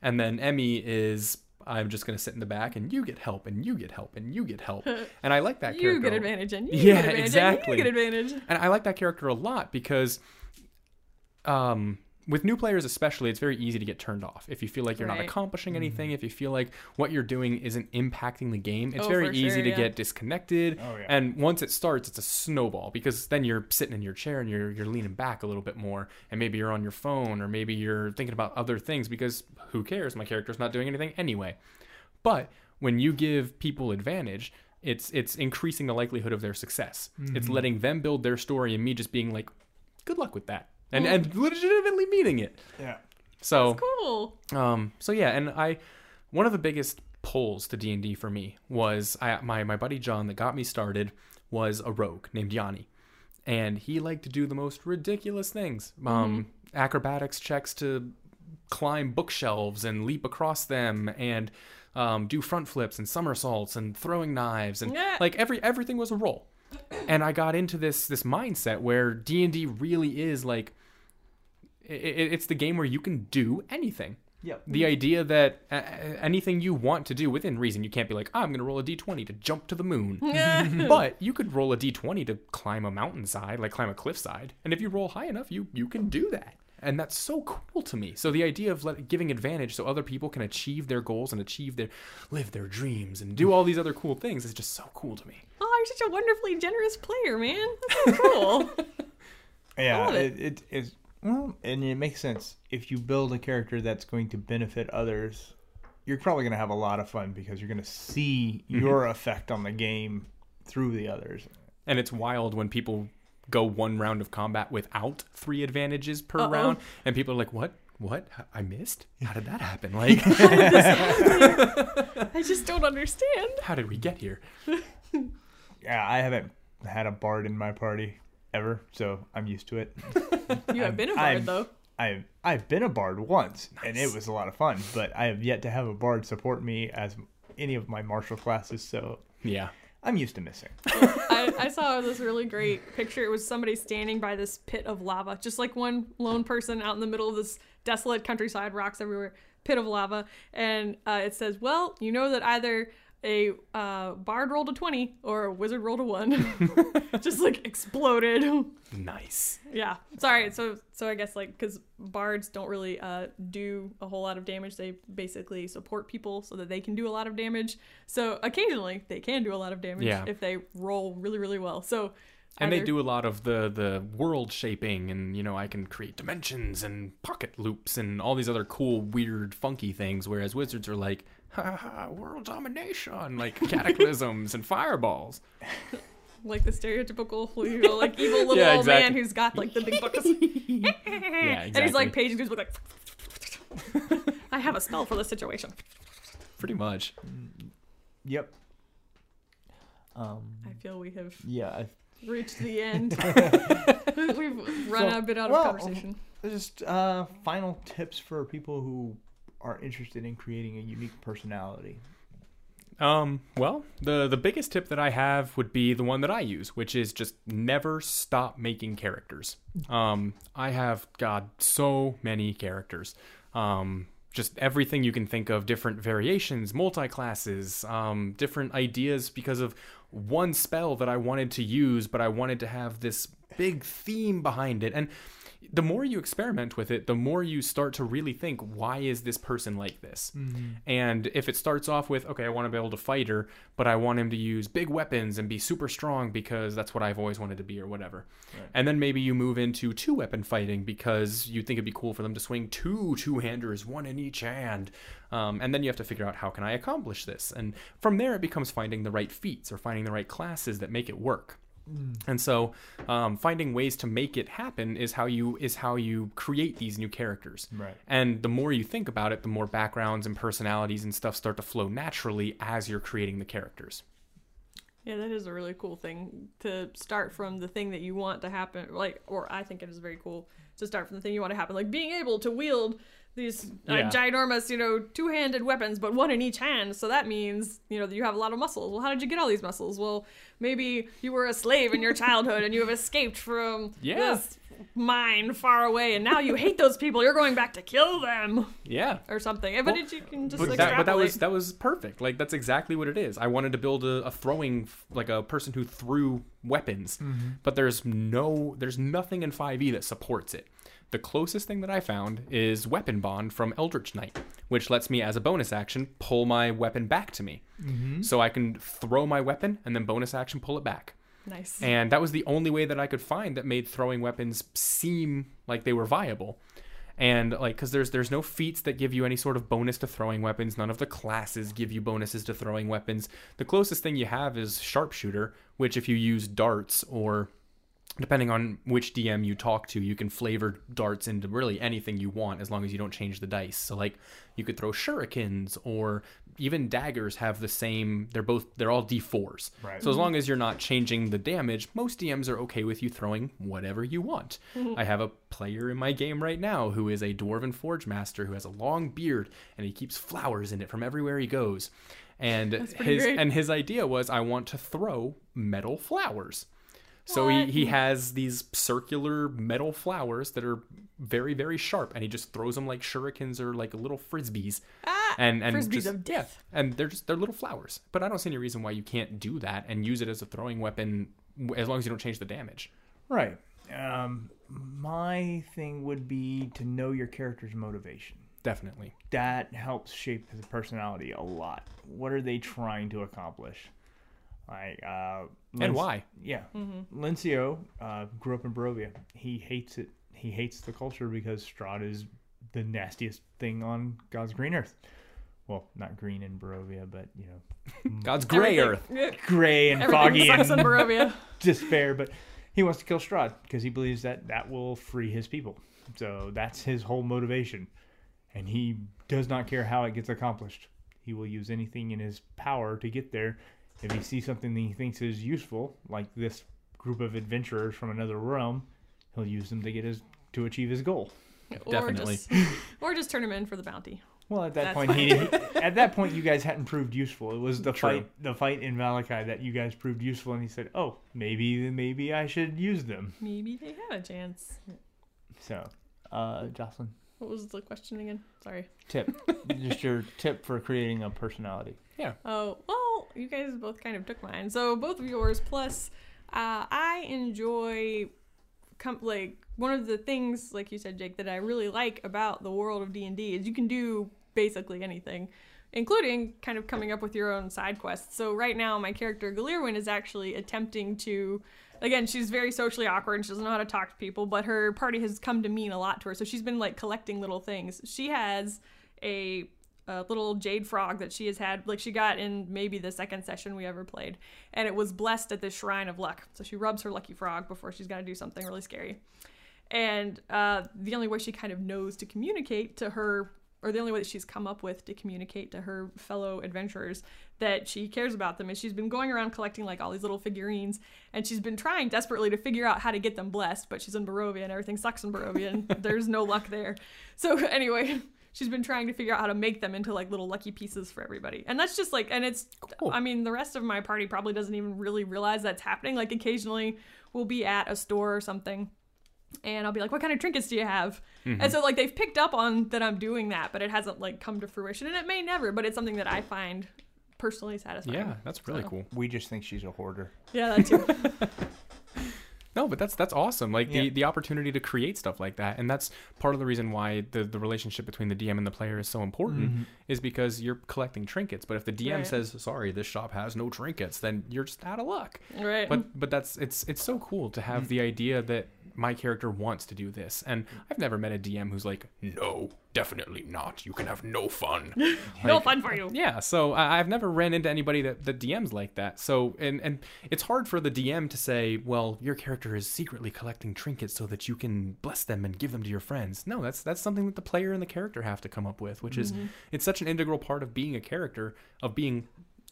C: And then Emmy is. I'm just gonna sit in the back, and you get help, and you get help, and you get help, and I like that
A: You
C: character.
A: get
C: a-
A: advantage, and you
C: Yeah,
A: get advantage,
C: exactly.
A: and you get advantage.
C: and I like that character a lot because um, with new players especially, it's very easy to get turned off. If you feel like you're not
A: Right.
C: accomplishing anything, if you feel like what you're doing isn't impacting the game, it's
A: Oh,
C: very
A: for
C: easy
A: sure,
C: to
A: yeah.
C: get disconnected.
E: Oh, yeah.
C: And once it starts, it's a snowball because then you're sitting in your chair and you're you're leaning back a little bit more and maybe you're on your phone or maybe you're thinking about other things because who cares? My character's not doing anything anyway. But when you give people advantage, it's it's increasing the likelihood of their success.
E: Mm-hmm.
C: It's letting them build their story and me just being like, good luck with that. And and legitimately meaning it.
E: Yeah.
C: So
A: Cool.
C: um so yeah, and I one of the biggest pulls to D&D for me was I my my buddy John that got me started was a rogue named Yanni. And he liked to do the most ridiculous things. Um acrobatics checks to climb bookshelves and leap across them and um, do front flips and somersaults and throwing knives and
A: Yeah.
C: like every everything was a roll and i got into this this mindset where d&d really is like i i it's the game where you can do anything
E: Yep.
C: the idea that uh, anything you want to do within reason you can't be like i'm going to roll a d20 to jump to the moon
A: Uh,
C: but you could roll a d20 to climb a mountainside like climb a cliffside and if you roll high enough you you can do that and that's so cool to me so the idea of let, giving advantage so other people can achieve their goals and achieve their live their dreams and do all these other cool things is just so cool to me
A: Oh, you're such a wonderfully generous player, man. That's so cool.
E: Yeah,
A: love
E: it, it is. Well, and it makes sense. If you build a character that's going to benefit others, you're probably going to have a lot of fun because you're going to see your effect on the game through the others.
C: and it's wild when people go one round of combat without three advantages per
A: Uh-oh.
C: round and people are like what what i missed how did that happen like
A: I just don't understand.
C: how did we get here
E: Yeah, I haven't had a bard in my party ever, so I'm used to it.
A: You have been a
E: I've-
A: bard, though.
E: I've I've been a bard once, and it was a lot of fun. But I have yet to have a bard support me as any of my martial classes, so
C: yeah
E: I'm used to missing.
A: I, I saw this really great picture. It was somebody standing by this pit of lava, just like one lone person out in the middle of this desolate countryside, rocks everywhere. pit of lava, and uh, it says, "Well, you know that either." A uh, bard rolled a 20 or a wizard rolled a 1. Just like exploded.
C: Nice.
A: Yeah. Sorry. So so I guess like because bards don't really uh, do a whole lot of damage. They basically support people so that they can do a lot of damage. So occasionally they can do a lot of damage
C: Yeah.
A: if they roll really really well. So
C: And they
A: either-
C: do a lot of the the world shaping, and you know I can create dimensions and pocket loops and all these other cool, weird, funky things. Whereas wizards are like, ha ha, world domination, like cataclysms and fireballs.
A: like the stereotypical you know, like evil little
C: Yeah,
A: old man
C: exactly.
A: who's got like the big buckets. yeah, And he's
C: exactly.
A: like paging his book like. I have a spell for this situation.
C: Pretty much.
B: Yep. Um,
A: I feel we have
B: yeah, I
A: reached the end. We've run
B: So-
A: a bit out of
B: well,
A: conversation.
B: just uh, final tips for people who are interested in creating a unique personality.
C: Um, well, the the biggest tip that I have would be the one that I use, which is just never stop making characters. Um, I have god so many characters. Um, just everything you can think of, different variations, multi classes, um, different ideas because of one spell that I wanted to use, but I wanted to have this big theme behind it. And the more you experiment with it, the more you start to really think, why is this person like this? And if it starts off with, okay, I want to be able to fight her, but I want him to use big weapons and be super strong because that's what I've always wanted to be or whatever. And then maybe you move into two weapon fighting because you think it'd be cool for them to swing two two handers, one in each hand. Um, and then you have to figure out how can I accomplish this? And from there, it becomes finding the right feats or finding the right classes that make it work. And so, um, finding ways to make it happen is how you is how you create these new characters.
B: Right.
C: And the more you think about it, the more backgrounds and personalities and stuff start to flow naturally as you're creating the characters.
A: Yeah, that is a really cool thing to start from the thing that you want to happen. Like, or I think it is very cool to start from the thing you want to happen. Like being able to wield these uh,
C: Yeah.
A: ginormous, you know, two-handed weapons, but one in each hand. So that means, you know, that you have a lot of muscles. Well, how did you get all these muscles? Well, maybe you were a slave in your childhood and you have escaped from
C: Yeah.
A: this mine far away, and now you hate those people. You're going back to kill them
C: Yeah.
A: or something. But
C: Well,
A: it, you can just
C: But that,
A: extrapolate.
C: but that was that was perfect. Like that's exactly what it is. I wanted to build a, a throwing like a person who threw weapons, but there's no there's nothing in 5e that supports it. The closest thing that I found is Weapon Bond from Eldritch Knight, which lets me as a bonus action pull my weapon back to me. So I can throw my weapon and then bonus action pull it back.
A: nice.
C: And that was the only way that I could find that made throwing weapons seem like they were viable. And like, because there's there's no feats that give you any sort of bonus to throwing weapons. None of the classes give you bonuses to throwing weapons. The closest thing you have is sharpshooter, which if you use darts or depending on which DM you talk to, you can flavor darts into really anything you want as long as you don't change the dice. So like you could throw shurikens or even daggers have the same they're both they're all d4s.
B: Right.
C: So as long as you're not changing the damage, most DMs are okay with you throwing whatever you want.
A: Mm-hmm.
C: I have a player in my game right now who is a dwarven forge master who has a long beard and he keeps flowers in it from everywhere he goes. And
A: pretty
C: his
A: great.
C: and his idea was I want to throw metal flowers. So he,
A: What?
C: he has these circular metal flowers that are very very sharp, and he just throws them like shurikens or like little frisbees.
A: Ah,
C: and and
A: frisbees
C: just-
A: of death.
C: yeah, and they're just they're little flowers. But I don't see any reason why you can't do that and use it as a throwing weapon w- as long as you don't change the damage.
B: Right. Um, my thing would be to know your character's motivation.
C: Definitely.
B: That helps shape his personality a lot. What are they trying to accomplish? Like, uh,
C: And
B: Lince-
C: why?
B: Yeah.
A: Mm-hmm.
B: Lencio uh, grew up in Barovia. He hates it. He hates the culture because Strahd is the nastiest thing on God's green earth. Well, not green in Barovia, but, you know,
C: God's gray earth.
A: Everything-
B: gray and
A: Everything
B: foggy
A: sucks in
B: and
A: Barovia.
B: despair, but he wants to kill Strahd because he believes that that will free his people. So that's his whole motivation. And he does not care how it gets accomplished. He will use anything in his power to get there. If he sees something that he thinks is useful, like this group of adventurers from another realm, he'll use them to get his to achieve his goal.
C: Definitely.
A: Or just, or just turn him in for the bounty.
B: Well, at
A: That's
B: that point, he, at that point, you guys hadn't proved useful. It was the
C: True.
B: fight, the fight in Valakai that you guys proved useful, and he said, "Oh, maybe, maybe I should use them."
A: Maybe they had a chance.
B: So, uh, Jocelyn,
A: What was the question again? Sorry.
B: Tip, just your tip for creating a personality.
A: Oh, well, you guys both kind of took mine. So both of yours. Plus, uh, I enjoy, com- like, one of the things, like you said, Jake, that I really like about the world of D and D is you can do basically anything, including kind of coming up with your own side quests. So right now, my character Galirwin is actually attempting to. Again, she's very socially awkward and she doesn't know how to talk to people, but her party has come to mean a lot to her. So she's been like collecting little things. She has a a little jade frog that she has had like she got in maybe the second session we ever played and it was blessed at the shrine of luck so she rubs her lucky frog before she's got to do something really scary and uh, the only way she kind of knows to communicate to her or the only way that she's come up with to communicate to her fellow adventurers that she cares about them is she's been going around collecting like all these little figurines and she's been trying desperately to figure out how to get them blessed but she's in barovia and everything sucks in barovia and there's no luck there so anyway she's been trying to figure out how to make them into like little lucky pieces for everybody and that's just like and it's i mean the rest of my party probably doesn't even really realize that's happening like occasionally we'll be at a store or something and I'll be like, "What kind of trinkets do you have?"
B: Mm-hmm.
A: And so like they've picked up on that I'm doing that, but it hasn't like come to fruition, and it may never. But it's something that I find personally satisfying.
C: Yeah, that's really cool.
B: We just think she's a hoarder.
A: yeah, that too.
C: No, but that's that's awesome. Like the,
B: Yeah.
C: the opportunity to create stuff like that, and that's part of the reason why the, the relationship between the DM and the player is so important, is because you're collecting trinkets. But if the DM
A: Right.
C: says, "Sorry, this shop has no trinkets," then you're just out of luck.
A: right.
C: But but that's it's it's so cool to have the idea that my character wants to do this, and I've never met a DM who's like, "No, definitely not. You can have no fun."
A: no fun for you.
C: Yeah, so I, I've never ran into anybody that the DM's like that. So and and it's hard for the DM to say, well, your character is secretly collecting trinkets so that you can bless them and give them to your friends. No, that's that's something that the player and the character have to come up with, which is it's such an integral part of being a character, of being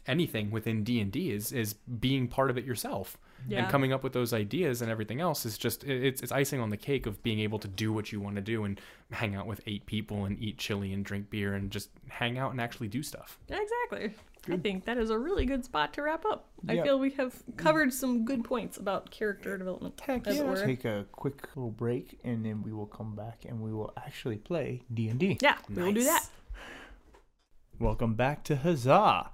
C: anything within D and D is is being part of it yourself.
A: Yeah.
C: And coming up with those ideas and everything else is just it- it's it's icing on the cake of being able to do what you want to do and hang out with eight people and eat chili and drink beer and just hang out and actually do stuff.
A: Yeah, Exactly. I think that is a really good spot to wrap up. I
B: Yeah.
A: feel we have covered some good points about character development. as it were.
B: Take a quick little break, and then we will come back, and we will actually play D and D.
A: Yeah, we will do that.
C: Nice.
B: Welcome back to Huzzah.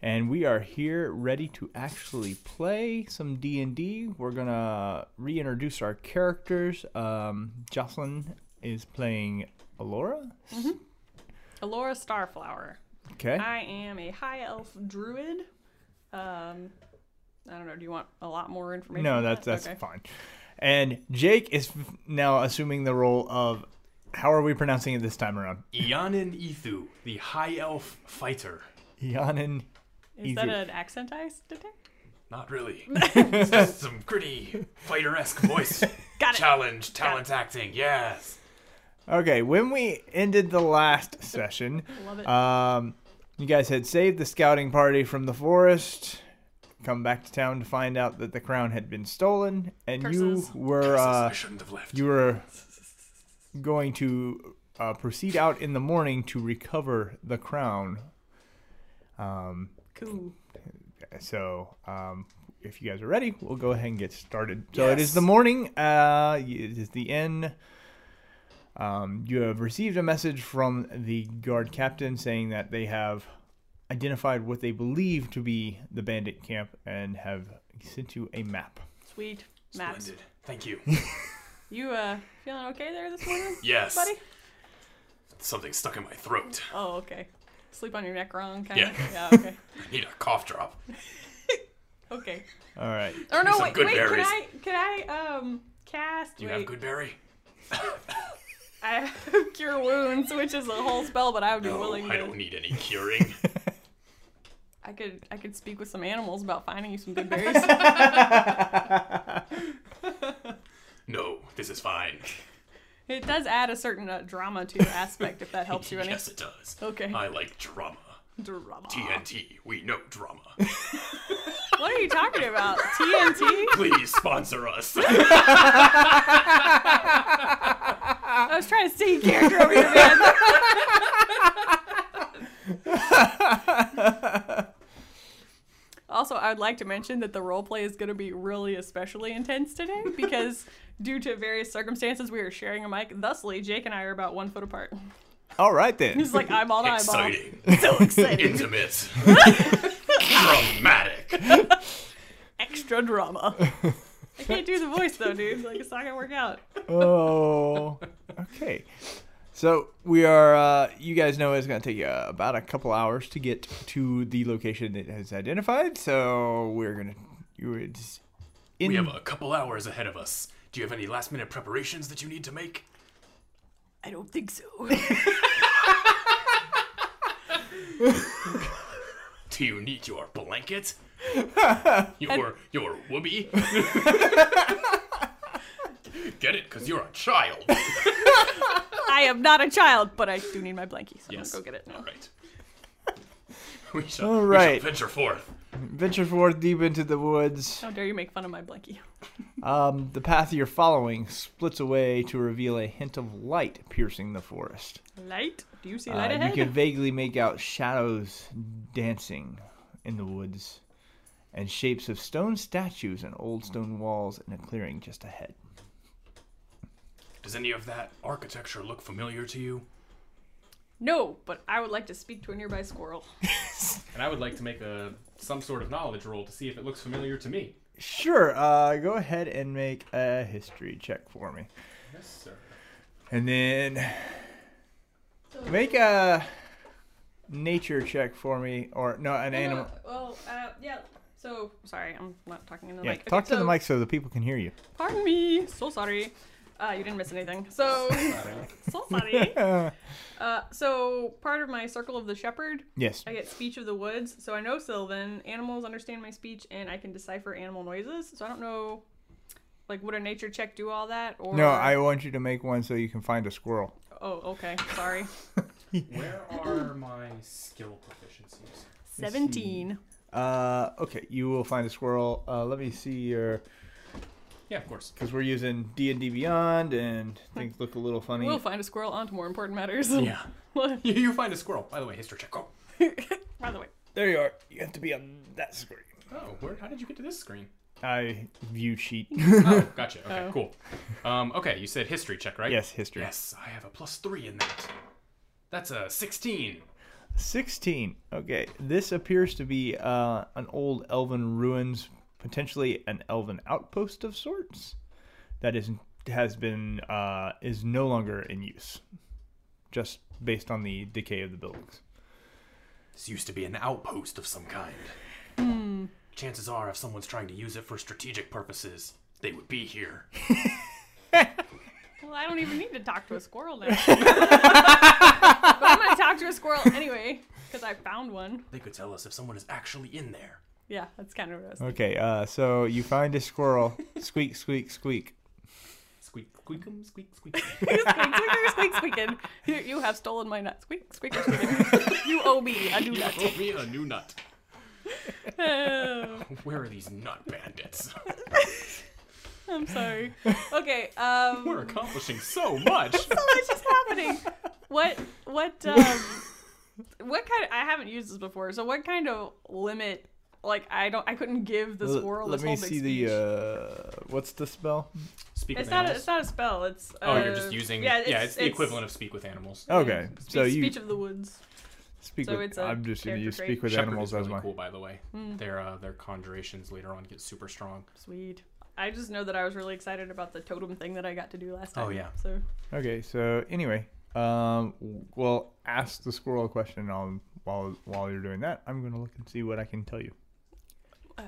B: And we are here ready to actually play some D&D. We're going to reintroduce our characters. Um, Jocelyn is playing Alora.
A: Alora Starflower.
B: Okay.
A: I am a high elf druid. Um, I don't know. Do you want a lot more information?
B: No,
A: on
B: that's
A: that?
B: that's
A: Okay.
B: fine. And Jake is f- now assuming the role of how are we pronouncing it this time around?
C: Ianin Ethu, the high elf fighter.
B: Yanin.
A: Is that
B: easy.
A: an accent I detect?
C: Not really. it's just some gritty fighter esque voice.
A: Got it.
C: Challenge, talent acting, yes.
B: Okay, when we ended the last session,
A: Love it.
B: Um, you guys had saved the scouting party from the forest, come back to town to find out that the crown had been stolen, and
A: Curses.
B: you were uh,
C: shouldn't have left.
B: you were going to uh, proceed out in the morning to recover the crown. Um,
A: cool.
B: so um, if you guys are ready, we'll go ahead and get started. So it
C: Yes.
B: is the morning. Uh, it is the inn. Um, you have received a message from the guard captain saying that they have identified what they believe to be the bandit camp and have sent you a map.
A: Sweet. Max,
C: Thank you.
A: you uh feeling okay there this morning,
D: Yes.
A: buddy?
D: Something stuck in my throat.
A: Oh, okay. Sleep on your neck wrong, kind of.
D: Yeah.
A: Yeah. Okay.
D: Need a cough drop.
A: Okay.
B: All right.
A: Oh no!
D: some
A: Wait.
D: good
A: Wait. Can
D: berries.
A: I? Can I? Um. Cast.
D: Do you
A: wait.
D: have good berry?
A: I have cure wounds, which is a whole spell, but I would be
D: No,
A: willing
D: I
A: to.
D: don't need any curing.
A: I could. I could speak with some animals about finding you some good berries.
D: no, this is fine.
A: It does add a certain uh, drama to your aspect if that helps you any.
D: yes, Uh, it does.
A: Okay. Ah.
D: I like drama.
A: Drama.
D: TNT, we know drama.
A: What are you talking about? TNT?
D: Please sponsor us.
A: I was trying to stay in character over here, man. also, I would like to mention that the role play is going to be really especially intense today because Due to various circumstances, we are sharing a mic. Thusly, Jake and I are about one foot apart.
B: All right then.
A: He's like eyeball to eyeball.
D: Exciting.
A: So excited.
D: Intimate. Dramatic.
A: Extra drama. I can't do the voice though, dude. Like it's not gonna work out.
B: Oh, okay. So we are. Uh, you guys know it's going to take you uh, about a couple hours to get to the location it has identified. So we're going to. You would. s- In,
D: We have a couple hours ahead of us. Do you have any last minute preparations that you need to make?
A: I don't think so.
D: Do you need your blanket? Your your whoopee? Get it, cause you're a child.
A: I am not a child, but I do need my blankie, so
D: Yes.
A: I'm gonna go get it now.
D: All right. We shall,
B: All
D: we shall
B: right.
D: venture forth.
B: venture forth deep into the woods.
A: How dare you make fun of my blankie?
B: Um, the path you're following splits away to reveal a hint of light piercing the forest.
A: Light? Do you see
B: Uh,
A: light
B: you
A: ahead?
B: can vaguely make out shadows dancing in the woods and shapes of stone statues and old stone walls in a clearing just ahead.
D: Does any of that architecture look familiar to you?
A: No, but I would like to speak to a nearby squirrel.
C: And I would like to make a some sort of knowledge roll to see if it looks familiar to me.
B: Sure, uh, go ahead and make a history check for me.
C: Yes, sir.
B: And then make a nature check for me, or no, an animal.
A: Well, uh, yeah. So sorry, I'm not talking into the
B: Yeah,
A: mic.
B: talk
A: Okay,
B: to the
A: so-
B: mic so the people can hear you.
A: Pardon me. So sorry. Uh, you didn't miss anything. So so sorry. Uh, so part of my circle of the shepherd,
B: Yes.
A: I get speech of the woods. So I know Sylvan. Animals understand my speech, and I can decipher animal noises. So I don't know, like, would a nature check do all that? Or
B: No, I want you to make one so you can find a squirrel.
A: Oh, okay. Sorry.
C: Where are my skill proficiencies?
A: Seventeen.
B: Uh, okay, you will find a squirrel. Uh, let me see your
C: Yeah, of course.
B: because we're using D and D Beyond, and things look a little funny.
A: We'll find a squirrel on to more important matters.
C: Yeah. You, you find a squirrel. By the way, history check. Oh.
A: By the way,
B: there you are. You have to be on that screen.
C: Oh, where, how did you get to this screen?
B: I view cheat.
C: Oh, gotcha. Okay,
A: Oh.
C: cool. Um, okay, you said history check, right?
B: yes, history.
D: Yes,
C: I have a plus three in that.
D: that's a sixteen.
B: Sixteen. Okay, this appears to be uh, an old elven ruins, potentially an elven outpost of sorts, that is has been uh, is no longer in use, just based on the decay of the buildings.
D: This used to be an outpost of some kind.
A: Hmm.
D: Chances are, if someone's trying to use it for strategic purposes, they would be here.
A: well, I don't even need to talk to a squirrel now. but I'm gonna talk to a squirrel anyway because I found one.
D: They could tell us if someone is actually in there.
A: Yeah, that's kind of what I was
B: Okay, uh, so you find a squirrel. squeak, squeak, squeak.
C: Squeak, squeakum, squeak, squeak.
A: squeak, squeak, squeak, squeaking. You, you have stolen my nut. Squeak, squeak, squeaking. You owe me a new nut.
D: Throw me a new nut.
A: Oh,
D: Where are these nut bandits?
A: I'm sorry. Okay. Um,
C: We're accomplishing so much.
A: so much is happening. What? What? Um, what kind? Of, I haven't used this before. So what kind of limit? Like I don't. I couldn't give the
B: L-
A: squirrel.
B: Let
A: this
B: me
A: whole
B: see
A: big
B: the
A: speech.
B: uh, what's the spell?
C: Speak
A: It's
C: with
A: not. A,
C: animals.
A: it's not a spell. It's. Uh,
C: oh, you're just using. Yeah, it's, the equivalent of speak with animals.
B: Okay, so
A: speech,
B: you-
A: speech of the woods.
B: Speak
A: So
B: with.
A: it's a
B: I'm just gonna
A: character
B: use
A: trait.
B: speak with
C: Shepherd
B: animals
C: is really
B: as my.
C: cool, by the way.
A: Hmm.
C: Their uh, their conjurations later on get super strong.
A: Sweet. I just know that I was really excited about the totem thing that I got to do last time.
C: Oh, yeah.
A: So
B: Okay, so anyway, um, well, ask the squirrel a question. I'll, while while you're doing that, I'm gonna look and see what I can tell you.
A: uh,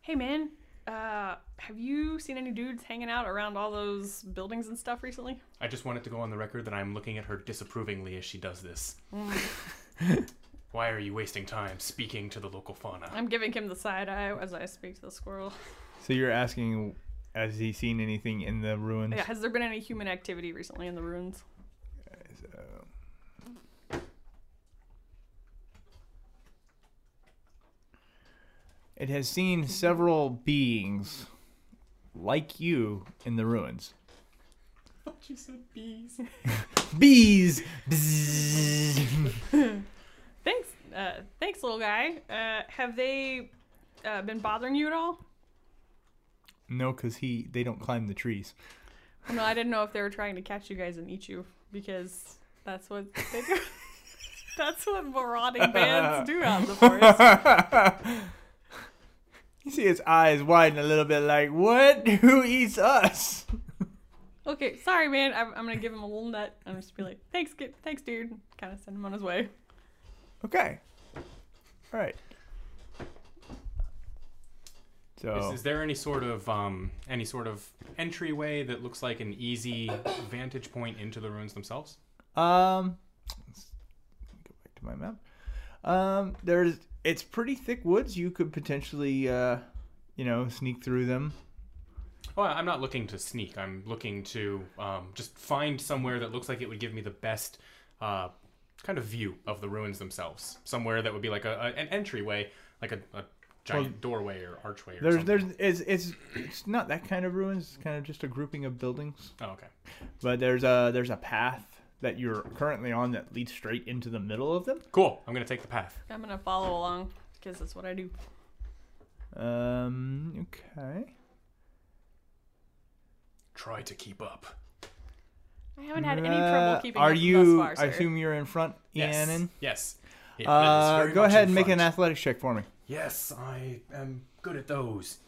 A: hey man uh have you seen any dudes hanging out around all those buildings and stuff recently
C: I just wanted to go on the record that I'm looking at her disapprovingly as she does this.
D: Why are you wasting time speaking to the local fauna?
A: i'm giving him the side eye as i speak to the squirrel
B: So you're asking, has he seen anything in the ruins?
A: yeah has there been any human activity recently in the ruins
B: It has seen several beings like you in the ruins.
C: She said bees.
B: Bees. Bzzz.
A: thanks uh thanks little guy uh have they uh, been bothering you at all
B: No, because he they don't climb the trees.
A: No, I didn't know if they were trying to catch you guys and eat you because that's what they do. that's what marauding bands do out in the forest.
B: You see his eyes widen a little bit like, what? Who eats us?
A: Okay, sorry, man. I'm, I'm gonna give him a little nut. I'm just be like, thanks, kid. thanks, dude. Kind of send him on his way.
B: Okay. All right.
C: Is,
B: So
C: is there any sort of um, any sort of entryway that looks like an easy vantage point into the ruins themselves?
B: Um, let's go back to my map. Um, there's it's pretty thick woods. You could potentially, uh, you know, sneak through them.
C: Oh, I- I'm not looking to sneak. I'm looking to um, just find somewhere that looks like it would give me the best uh, kind of view of the ruins themselves. Somewhere that would be like a, a- an entryway, like a, a giant doorway or archway. Or
B: There's
C: something.
B: there's it's it's it's not that kind of ruins. It's kind of just a grouping of buildings.
C: Oh, okay.
B: But there's a there's a path that you're currently on that leads straight into the middle of them.
C: Cool. I'm gonna take the path.
A: I'm gonna follow along because that's what I do.
B: Um, okay.
D: Try to keep up.
A: I haven't had any trouble
B: Uh,
A: keeping
B: are
A: up
B: you?
A: thus far, sir.
B: I assume you're in front,
C: Yes.
B: Ian.
C: Yes.
D: It is
B: Uh,
D: very
B: go
D: much
B: ahead
D: in
B: and make
D: front.
B: an athletics check for me.
D: Yes, I am good at those.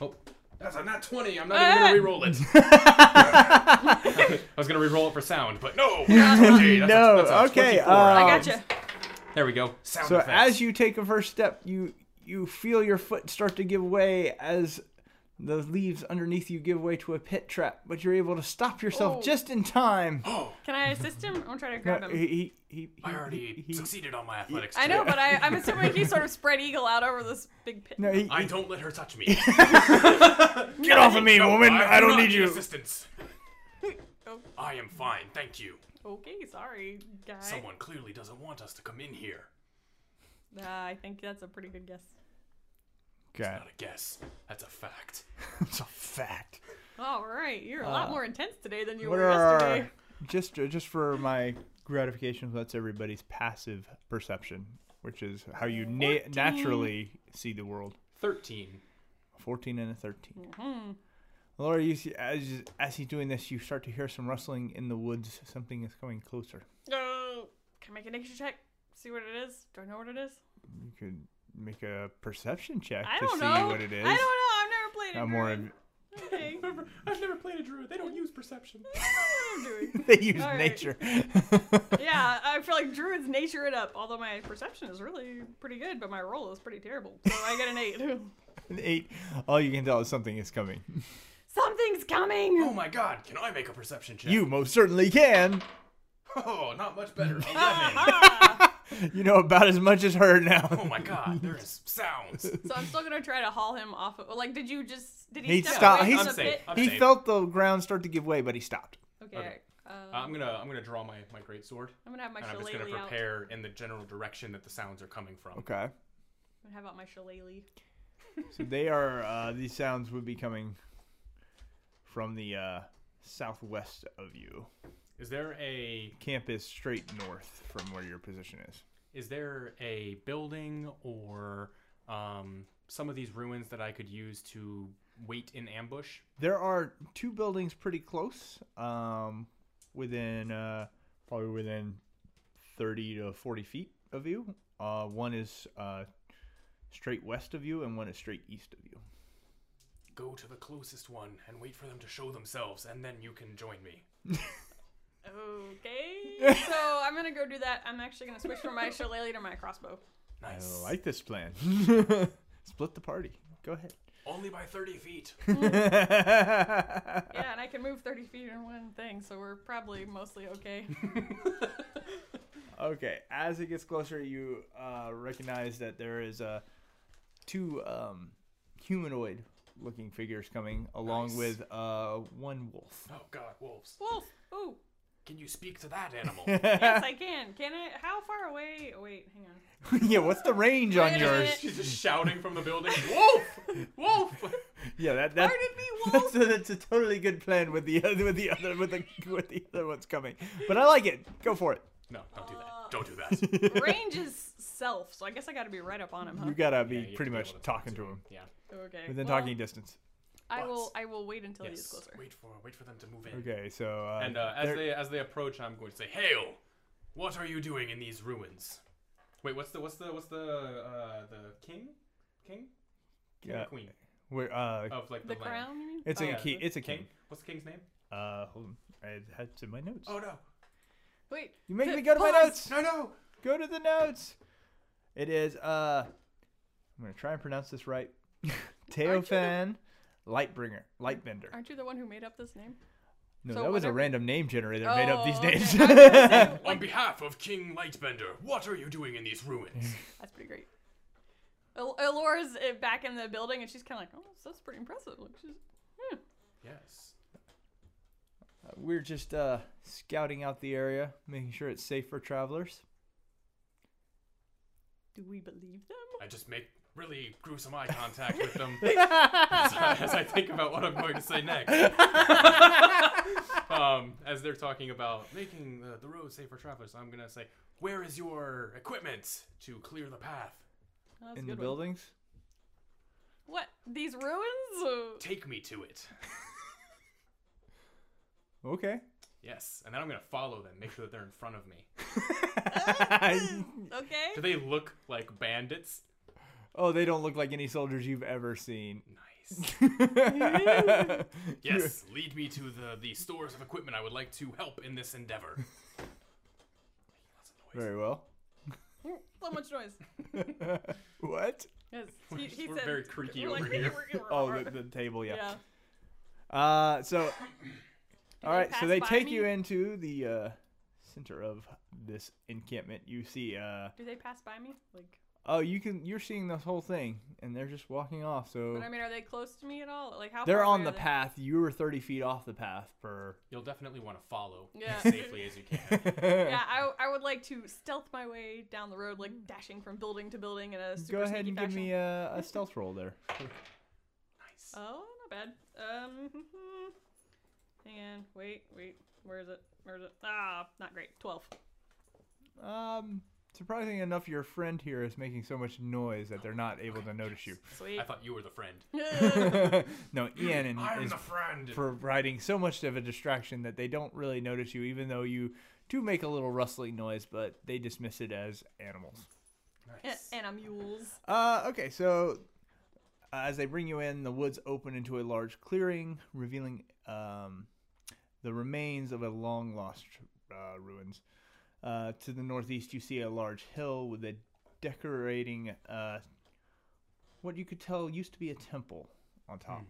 C: Oh,
D: That's a nat 20. I'm not
B: Ah!
D: even going to reroll it.
C: I was gonna re-roll it for sound, but no.
D: No. Okay, that's a-
B: No,
D: that's a
B: okay,
D: 24.
B: uh,
A: I gotcha.
C: There we go.
D: Sound
B: So
D: effects.
B: as you take a first step, you you feel your foot start to give way as the leaves underneath you give way to a pit trap, but you're able to stop yourself
A: Oh.
B: just in time.
A: Can I assist him? I'm gonna try to grab
B: No,
A: him.
B: he, he, he,
D: I
B: he-
D: already
B: he-
D: succeeded on my athletics.
A: I know,
D: check.
A: but I, I'm assuming he's sort of spread eagle out over this big pit.
B: no, he-
D: I
B: he-
D: don't let her touch me.
B: get off of me,
D: No,
B: woman!
D: do
B: I don't
D: not
B: need you.
D: Assistance.
A: Oh.
D: I am fine, thank you.
A: Okay, sorry, guy.
D: Someone clearly doesn't want us to come in here.
A: Uh, I think that's a pretty good guess.
B: Okay,
D: Not a guess. That's a fact.
B: it's a fact.
A: All right, you're a lot more intense today than you
B: What
A: were
B: Uh, are
A: yesterday.
B: just just for my gratification? That's everybody's passive perception, which is how you na- naturally see the world.
C: Thirteen.
B: 14 and a 13.
A: Mm-hmm.
B: Laura, you see, as, as he's doing this, you start to hear some rustling in the woods. Something is coming closer.
A: Oh, can I make a nature check? See what it is? Do I know what it is?
B: You could make a perception check
A: I
B: to
A: don't
B: see
A: know.
B: what it is.
A: I don't know. I've never played it.
B: Not more
A: Druid. Okay.
C: I've never played a druid. They don't use perception.
A: I don't know what I'm doing.
B: they use
A: All right.
B: nature.
A: yeah, I feel like druids nature it up. Although my perception is really pretty good, but my roll is pretty terrible. So I get an eight.
B: An eight. All you can tell is something is coming.
A: Something's coming.
D: Oh my god, can I make a perception check?
B: You most certainly can.
D: Oh, not much better. 11.
B: You know about as much as her
D: oh
B: now.
D: my god, there is sounds.
A: So I'm still gonna try to haul him off. Of, like, did you just? Did he,
B: He
A: step
B: stopped-
A: away
B: he
A: from the
B: s-
A: pit?
C: I'm
B: He
C: safe.
B: felt the ground start to give way, but he stopped.
A: Okay. Uh,
C: I'm gonna I'm gonna draw my my great sword.
A: I'm gonna have my
C: and I'm just gonna
A: shillelagh out. I'm
C: prepare in the general direction that the sounds are coming from.
B: Okay.
A: gonna have out my shillelagh.
B: So they are. Uh, these sounds would be coming from the uh, southwest of you.
C: Is there a
B: camp is straight north from where your position is.
C: is there a building or um, some of these ruins that I could use to wait in ambush?
B: There are two buildings pretty close, um, within uh, probably within thirty to forty feet of you. Uh, one is uh, straight west of you, and one is straight east of you.
D: Go to the closest one and wait for them to show themselves, and then you can join me.
A: Okay. so I'm gonna go do that. I'm actually gonna switch from my shillelagh to my crossbow.
D: Nice.
B: I like this plan. Split the party. Go ahead.
D: Only by 30 feet.
A: Yeah, and I can move 30 feet in one thing, so we're probably mostly okay.
B: Okay, as it gets closer, you uh, recognize that there is uh, two um, humanoid-looking figures coming, along
D: Nice.
B: with uh, one wolf.
D: Oh god, wolves.
A: Wolf. Oh,
D: Can you speak to that animal?
A: yes, I can. Can I? How far away? Oh, wait, hang on.
B: yeah, what's the range
A: Wait
B: on
A: a
B: yours?
A: minute.
C: She's just shouting from the building. Wolf! Wolf!
B: Yeah, that that.
A: Pardon me, wolf.
B: That's a, that's a totally good plan with the other with the other with the with the other one's coming, but I like it. Go for it.
C: No, don't do that.
D: Don't do that.
A: Range is self, so I guess I gotta be right up on him, huh?
B: You gotta be
C: Yeah, you have
B: pretty
C: to be
B: much
C: able to talk
B: talking to him
C: Yeah.
A: Okay.
B: within
A: well,
B: talking distance.
A: I will.
D: But-
A: I will wait until he is
C: Yes.
A: closer.
D: Wait for wait for them to move in.
B: Okay, so uh,
C: And uh, as they as they approach, I'm going to say, "Hail!
D: What are you doing in these ruins?
C: Wait, what's the what's the what's the uh, the king, king, king
B: Yeah.
C: or queen
B: we're uh,
C: of like the,
A: The
C: land?
A: crown, you mean?
B: it's
C: Yeah,
B: a king.
C: the
B: It's a king.
C: What's the king's name?
B: Uh, hold on. I had it in my notes.
D: Oh no,
A: Wait.
B: You make
A: P-
B: me go to my
A: pause.
B: notes.
D: no, no!
B: Go to the notes. It is uh, I'm gonna try and pronounce this right. Teofan Lightbringer, Lightbender.
A: Aren't you the one who made up this name?
B: No,
A: so
B: that was a
A: whatever-
B: random name generator that made up these
A: Oh, okay.
B: names.
A: I was gonna say,
D: On
A: like,
D: behalf of King Lightbender, what are you doing in these ruins?
A: that's pretty great. El- Elora's uh, back in the building, and she's kind of like, "Oh, that's- that's pretty impressive." Like, she's, hmm.
D: yes.
B: We're just uh scouting out the area, making sure it's safe for travelers.
A: Do we believe them?
D: I just make really gruesome eye contact with them as, as I think about what I'm going to say next.
C: um, as they're talking about
D: Making the, the road safe for travelers, I'm gonna say, Where is your equipment to clear the path?
A: Oh, that's a
B: in the
A: good one.
B: buildings.
A: What? These ruins? Uh,
D: Take me to it.
B: Okay.
C: yes, and then I'm gonna follow them, make sure that they're in front of me.
A: Eh, okay.
C: Do they look like bandits?
B: Oh, they don't look like any soldiers you've ever seen.
D: Nice. yes, lead me to the, the stores of equipment. I would like to help in this endeavor. Making lots of noise.
B: Very well.
A: So much noise.
B: What?
A: Yes. He, he
C: we're
A: said,
C: very creaky
A: we're
C: over
A: like,
C: here.
B: Oh, the, the table, yeah.
A: yeah.
B: Uh, so, all right.
A: pass
B: So they
A: by
B: take
A: me?
B: you into the uh, center of this encampment. You see, uh,
A: Do they pass by me? Like,
B: oh, you can. You're seeing this whole thing, and they're just walking off. So
A: but I mean, are they close to me at all? Like, how?
B: they're
A: far away
B: on
A: are
B: the
A: they?
B: path. You were 30 feet off the path. Per
C: You'll definitely want to follow
A: Yeah.
C: as safely as you can.
A: Yeah, I, I would like to stealth my way down the road, like dashing from building to building in a super
B: go ahead
A: sneaky
B: and
A: fashion.
B: give me a, a stealth roll there.
D: Nice.
A: Oh, not bad. Um, hang on. Wait, wait. Where is it? Where is it? Ah, not great. Twelve.
B: Um, surprising enough, your friend here is making so much noise that they're not able to notice you.
A: Sweet.
C: I thought you were the friend.
B: No, Ian and-
D: I'm
B: is
D: the friend.
B: providing so much of a distraction that they don't really notice you, even though you do make a little rustling noise, but they dismiss it as animals.
A: and,
D: nice.
A: and a mules.
B: Uh, okay, so uh, as they bring you in, the woods open into a large clearing, revealing um, the remains of a long lost uh, ruins. Uh, to the northeast, you see a large hill with a decorating uh, what you could tell used to be a temple on top.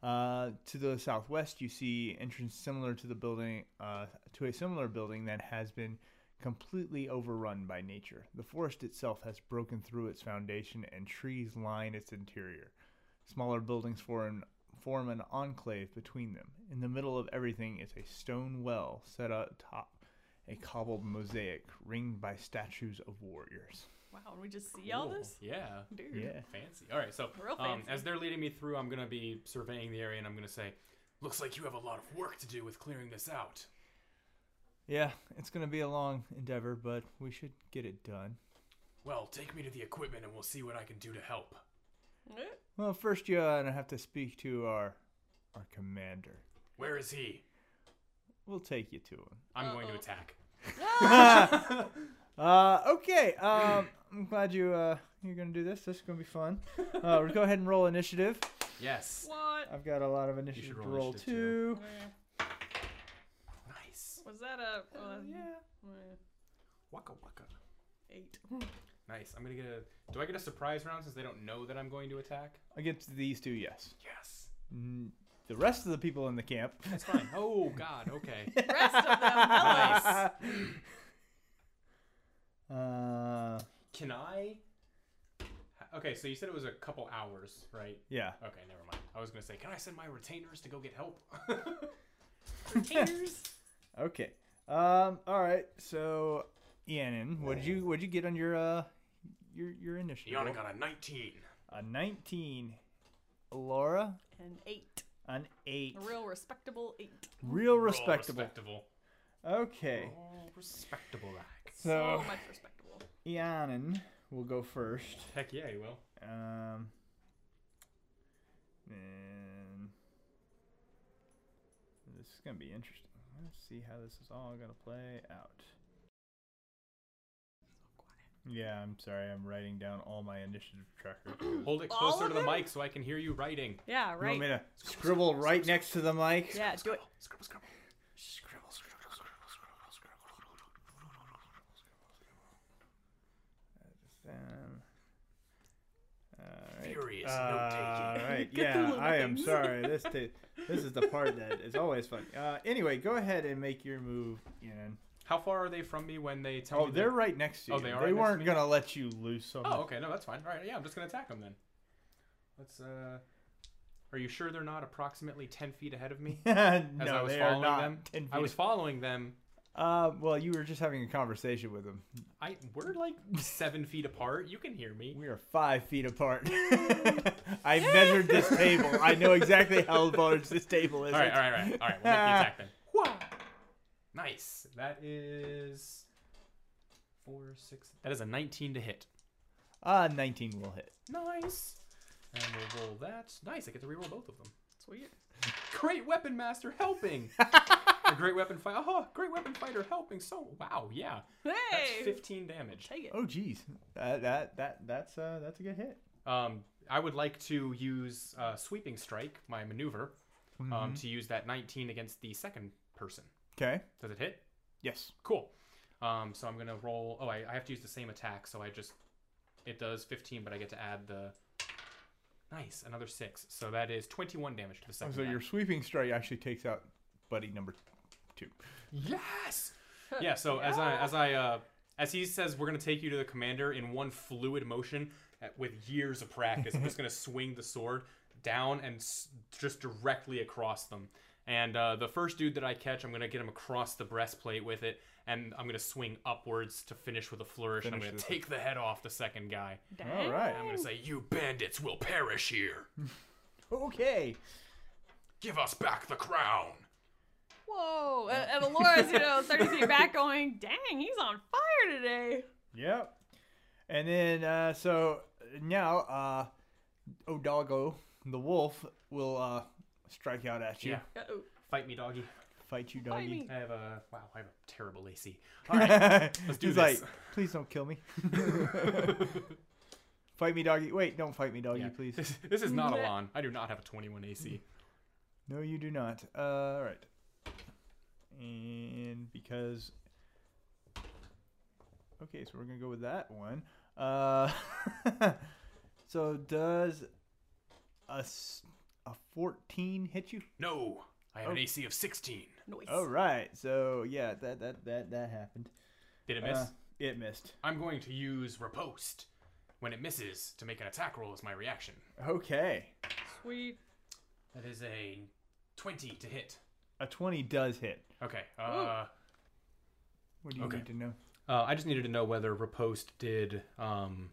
B: Uh, to the southwest, you see entrance similar to the building uh, to a similar building that has been completely overrun by nature. The forest itself has broken through its foundation, and trees line its interior. Smaller buildings form form an enclave between them. In the middle of everything is a stone well set atop a cobbled mosaic ringed by statues of warriors.
A: Wow, and we just see all
C: Cool.
A: this,
C: Yeah.
A: dude.
B: Yeah.
C: Fancy. All right, so
A: Real
C: um,
A: fancy.
C: as they're leading me through, I'm gonna be surveying the area, and I'm gonna say,
D: Looks like you have a lot of work to do with clearing this out.
B: Yeah, it's going to be a long endeavor, but we should get it done.
D: Well, take me to the equipment and we'll see what I can do to help.
A: Eh,
B: Well, first you're gonna have to speak to our our commander.
D: Where is he?
B: We'll take you to him. Ah,
C: "I'm going to
A: Uh-oh.
C: attack."
A: Ah,
B: Uh, okay. Um, I'm glad you uh you're gonna do this. This is gonna be fun. Uh, we'll go ahead and roll initiative.
C: Yes.
A: What?
B: I've got a lot of initiative
C: roll
B: to roll
C: initiative,
B: too.
D: Nice.
A: Was that a? Uh,
B: Oh, Yeah.
A: yeah.
D: Waka waka.
A: Eight.
C: Nice. I'm gonna get a. Do I get a surprise round since they don't know that I'm going to attack?
B: Against these two, yes.
D: Yes.
B: Mm, The rest of the people in the camp.
C: That's fine. oh God. Okay.
A: Rest of them.
C: Nice.
B: Uh,
C: Can I? Okay, so you said it was a couple hours, right?
B: yeah.
C: Okay, never mind. I was gonna say, can I send my retainers to go get help?
A: Tears.
B: Okay. Um. All right. So, Ianon, what did you what did you get on your uh your your initiative?
D: Yana got a 19.
B: A 19. Laura,
A: An eight.
B: an 8.
A: A real respectable eight.
D: Oh,
B: Real
C: All
B: respectable.
C: respectable.
B: Okay.
C: All respectable. Like.
B: So,
A: So much respectable.
B: Ianon will go first.
C: Heck yeah, you will.
B: Um, and This is gonna be interesting. Let's see how this is all gonna play out. Yeah, I'm sorry. I'm writing down all my initiative tracker. you
D: Hold it
A: All
D: closer
A: of
D: to the
A: them?
D: mic so I can hear you writing.
A: Yeah,
B: want me
A: right.
B: to scribble right next to the mic?
A: Yeah, do it.
F: Scribble, scribble. Scribble, scribble, scribble, scribble, scribble.
B: Um,
F: Furious
B: All
F: note taking.
B: right.
A: Get the
B: Yeah,
A: little
B: I am
A: things.
B: sorry. This t- this is the part that is always fun. Uh, anyway, go ahead and make your move, Ian.
D: How far are they from me when they tell
B: Oh,
D: me?
B: they're right next to you.
D: Oh, they are right
B: They
D: next
B: weren't
D: to me?
B: gonna let you loose on.
D: Oh, okay. No, that's fine. All right. Yeah, I'm just gonna attack them then. Let's. uh... Are you sure they're not approximately ten feet ahead of me? As
B: no,
D: I was
B: they are
D: following
B: not.
D: them,
B: 10 feet
D: I was
B: apart.
D: following them.
B: Uh, well, you were just having a conversation with them.
D: I we're like seven feet apart. You can hear me.
B: We are five feet apart. I measured this table. I know exactly how large this table is.
D: All right, all right, all right, all right. We'll make the attack then.
A: Whoa.
D: Nice. That is four, six. That is a 19 to hit.
B: Uh, 19 will hit.
D: Nice. And we'll roll that. Nice. I get to reroll both of them.
A: Sweet.
D: Great weapon master helping. a great weapon fighter. Oh, great weapon fighter helping. So wow, yeah. That's
A: Hey.
D: 15 damage.
A: Take it.
B: Oh, geez. Uh, that that that's uh that's a good hit.
D: Um, I would like to use uh, sweeping strike, my maneuver, um, to use that 19 against the second person.
B: Okay.
D: Does it hit?
B: Yes.
D: Cool. Um, so I'm gonna roll. Oh, I, I have to use the same attack, so I just it does 15, but I get to add the nice another six. So that is 21 damage to the second.
B: So
D: guy.
B: your sweeping strike actually takes out buddy number two.
D: yes. yeah. So as I as I uh, as he says, we're gonna take you to the commander in one fluid motion uh, with years of practice. I'm just gonna swing the sword down and s- just directly across them. And uh, the first dude that I catch, I'm gonna get him across the breastplate with it, and I'm gonna swing upwards to finish with a flourish. and I'm
B: Finish
D: gonna
B: this-
D: take the head off the second guy.
B: All
F: I'm
B: right.
F: gonna say, you bandits will perish here.
B: Okay.
F: Give us back the crown.
A: Whoa. And, and Alora's, you know, 30 feet back going, dang, he's on fire today.
B: Yep. And then uh, so now uh, Odago the wolf will uh, strike out at you,
D: Yeah.
A: Uh-oh.
D: Fight me, doggy.
B: fight you,
A: Bite
B: doggy.
A: me.
D: I have a wow. I have a terrible AC. All right, let's do
B: He's
D: this.
B: like, please don't kill me. fight me, doggy. Wait, don't fight me, doggy,
D: Yeah.
B: please.
D: This, this is not Alon. I do not have a 21 AC.
B: No, you do not. Uh, all right. And because. Okay, so we're going to go with that one. Uh, so does a, s- a 14 hit you?
F: No, I
D: Oh.
F: have an AC of 16.
A: Noise.
B: All right. So yeah, that that that that happened.
D: Did it miss?
B: Uh, it missed.
D: I'm going to use riposte when it misses to make an attack roll as my reaction.
B: Okay.
A: Sweet.
D: That is a 20 to hit.
B: A 20 does hit.
D: Okay. Uh,
B: What do you
D: Okay.
B: need to know?
D: uh, I just needed to know whether riposte did um,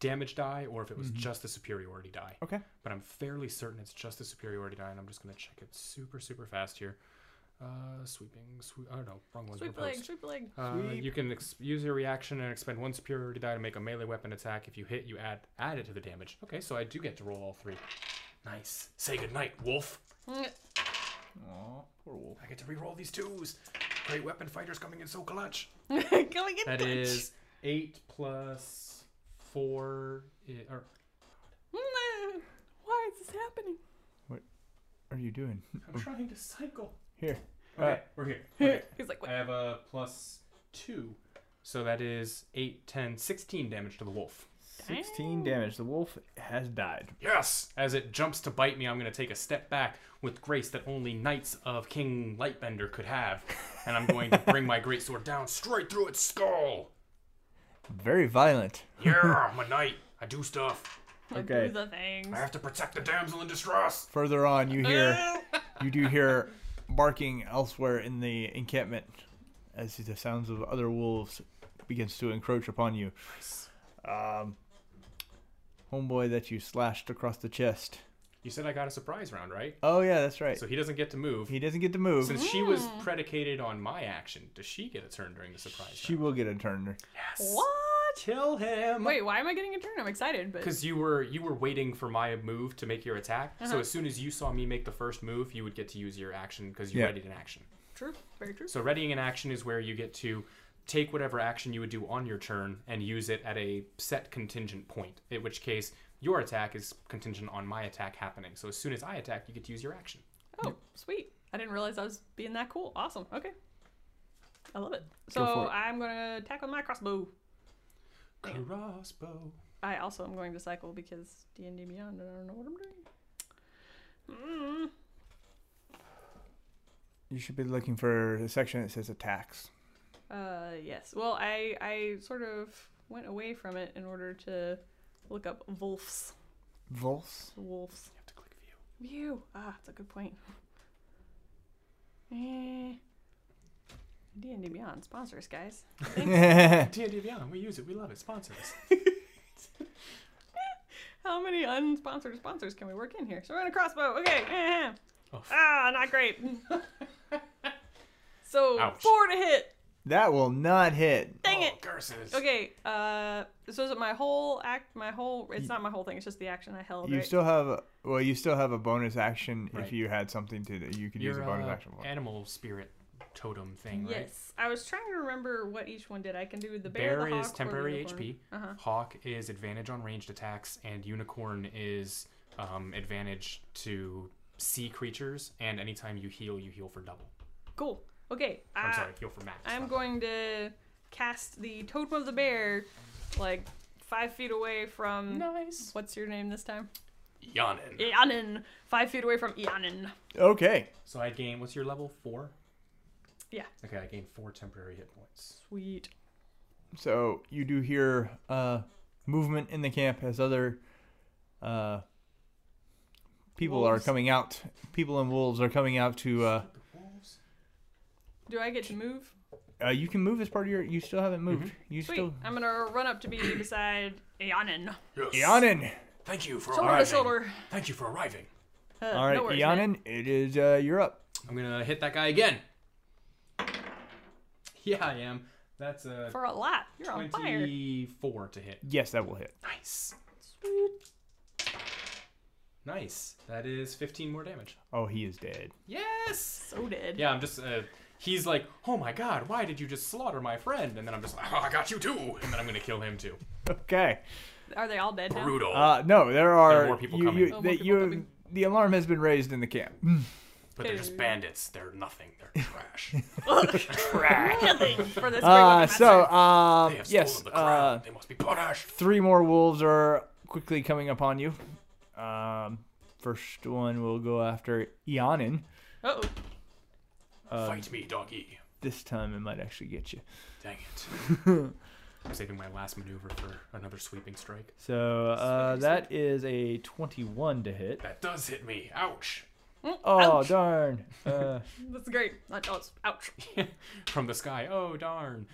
D: damage die or if it was just the superiority die.
B: Okay.
D: But I'm fairly certain it's just the superiority die, and I'm just going to check it super, super fast here. Uh, sweeping, sweep. Oh no, wrong one's
A: Sweep
D: riposte.
A: leg, sweep leg.
D: Uh,
B: Sweep.
D: you can ex- use your reaction and expend one superiority die to make a melee weapon attack. If you hit, you add add it to the damage. Okay, so I do get to roll all three. Nice.
F: Say goodnight, wolf.
B: Aw, poor wolf.
F: I get to reroll these twos. Great weapon fighters coming in so clutch.
A: Going in
D: That
A: touch.
D: is eight plus four. i- Or
A: Mm, Why is this happening?
B: What are you doing?
D: I'm trying to cycle.
B: Here. Uh,
D: Okay,
B: Alright.
D: Oh. we're here. Okay.
A: He's like,
D: I
A: what?
D: have a plus two, so that is eight, ten, sixteen damage to the wolf.
B: 16 damage. The wolf has died.
F: Yes!
D: As it jumps to bite me, I'm going to take a step back with grace that only knights of King Lightbender could have. And I'm going to bring my great sword down.
F: Down straight through its skull.
B: Very violent.
F: Yeah, I'm a knight. I do stuff.
B: Uh, Okay.
A: Do the things.
F: I have to protect the damsel in distress.
B: Further on, you hear you do hear barking elsewhere in the encampment as the sounds of other wolves begins to encroach upon you. Um, homeboy that you slashed across the chest.
D: You said I got a surprise round, right?
B: Oh yeah, that's right.
D: So he doesn't get to move.
B: he doesn't get to move.
D: Since she was predicated on my action, does she get a turn during the surprise
B: She
D: round?
B: will get a turn.
A: What?
C: Kill him.
A: Wait, why am I getting a turn? I'm excited, but
C: Because you were you were waiting for my move to make your attack. So as soon as you saw me make the first move, you would get to use your action because you
B: Yeah.
C: readied an action.
A: true, very true.
C: So readying an action is where you get to take whatever action you would do on your turn and use it at a set contingent point. In which case, your attack is contingent on my attack happening. So as soon as I attack, you get to use your action.
A: Oh, sweet! I didn't realize I was being that cool. Awesome. Okay, I love it. So
B: for it.
A: I'm gonna attack with my crossbow.
C: Crossbow.
A: I also am going to cycle because D and D Beyond. and I don't know what I'm doing. Mm.
B: You should be looking for the section that says attacks.
A: Uh, yes. Well, I I sort of went away from it in order to look up wolves.
B: Volts.
A: Wolves.
C: You have to click view.
A: View. Ah, that's a good point. D and D Beyond sponsor us, guys.
C: D&D Beyond, we use it. We love it. Sponsor us.
A: How many unsponsored sponsors can we work in here? So we're on a crossbow. Okay. eh.
C: Oh, f-
A: Ah, not great. so
C: Ouch.
A: four to hit.
B: That will not hit.
A: Dang
C: oh,
A: it.
C: Curses.
A: Okay. Uh, so is it my whole act? My whole? It's not my whole thing. It's just the action I held.
B: You
A: right?
B: still have a, well, you still have a bonus action
C: Right.
B: if you had something to do. You could use
C: Your
B: a bonus
C: uh,
B: action for.
C: animal spirit totem thing, right?
A: Yes, I was trying to remember what each one did. I can do the bear,
C: Bear,
A: the hawk,
C: is
A: or the
C: temporary
A: unicorn.
C: HP.
A: Uh-huh.
C: Hawk is advantage on ranged attacks, and unicorn is um, advantage to sea creatures. And anytime you heal, you heal for double.
A: Cool. Okay.
C: I'm
A: uh,
C: sorry, heal for max.
A: I'm
C: not-
A: going to cast the totem of the bear, like five feet away from.
C: Nice.
A: What's your name this time?
D: Yawning.
A: Ianin. Five feet away from Ianin.
B: Okay.
C: So I gain. What's your level four?
A: Yeah.
C: Okay, I gain four temporary hit points.
A: Sweet.
B: So you do hear uh, movement in the camp as other uh, people
A: Wolves.
B: are coming out. People and wolves are coming out to. Uh,
A: Do I get to move?
B: uh, you can move as part of your. You still haven't moved. You
A: Sweet. Uh,
B: still.
A: I'm gonna run up to be beside Ianin.
D: Yes.
B: Ianin.
D: Thank you for
A: Shoulder
D: arriving.
A: to shoulder.
D: Thank you for arriving.
A: Uh,
B: All right,
A: no worries, man.
B: Ianin. It is. Uh, you're up.
C: I'm gonna hit that guy again. Yeah, I am. That's a
A: For a lot. You're on fire.
C: twenty-four to hit.
B: Yes, that will hit.
C: Nice.
A: Sweet.
C: Nice. That is 15 more damage.
B: Oh, he is dead.
C: Yes.
A: So did.
C: Yeah, I'm just. Uh, he's like, oh my god, why did you just slaughter my friend? And then I'm just like, oh, I got you too. And then I'm gonna kill him too.
B: Okay.
A: Are they all dead now?
D: Brutal.
B: Uh, no, there are,
C: There are more people
B: you-
C: coming.
B: you-
A: Oh, more
B: the,
A: people
B: you-
A: coming.
B: the alarm has been raised in the camp.
D: but they're just bandits. They're nothing. They're trash.
B: Um,
A: Nothing for this
B: Uh,
A: great
B: so,
A: weapon master.
B: uh,
D: They have stolen
B: yes,
D: the crown.
B: uh,
D: they must be punished.
B: three more wolves are quickly coming upon you. Um, first one will go after Ianin.
A: Uh-oh.
B: um,
D: Fight me, doggy.
B: This time it might actually get you.
D: Dang it.
C: I'm saving my last maneuver for another sweeping strike.
B: So uh, that is a 21 to hit.
D: That does hit me. Ouch.
B: Oh, darn. Uh,
A: That's great. Not ouch. Ouch.
C: From the sky. Oh, darn.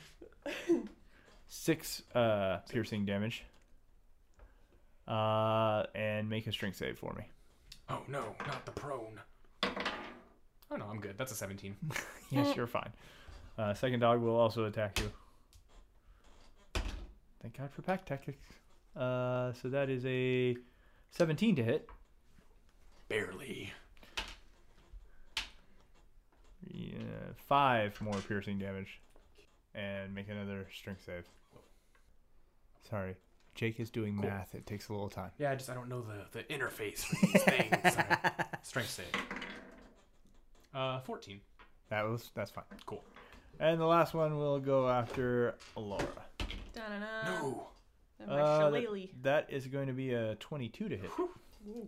B: six uh, piercing damage. Uh, and make a strength save for me.
D: Oh no, not the prone.
C: Oh no, I'm good. That's a 17.
B: Yes, you're fine. Uh, second dog will also attack you. Thank God for pack tactics. Uh, so that is a 17 to hit.
D: Barely.
B: Yeah, five more piercing damage, and make another strength save. Sorry, Jake is doing math. It takes a little time.
D: Yeah, I just I don't know the, the interface for these things. I-
C: Strength save. Uh, 14.
B: That was that's fine.
C: Cool.
B: And the last one will go after Alora.
A: Da-na-na.
D: no.
A: And my
B: Uh, that-
A: shillelagh.
B: that is going to be a 22 to hit.
A: Oh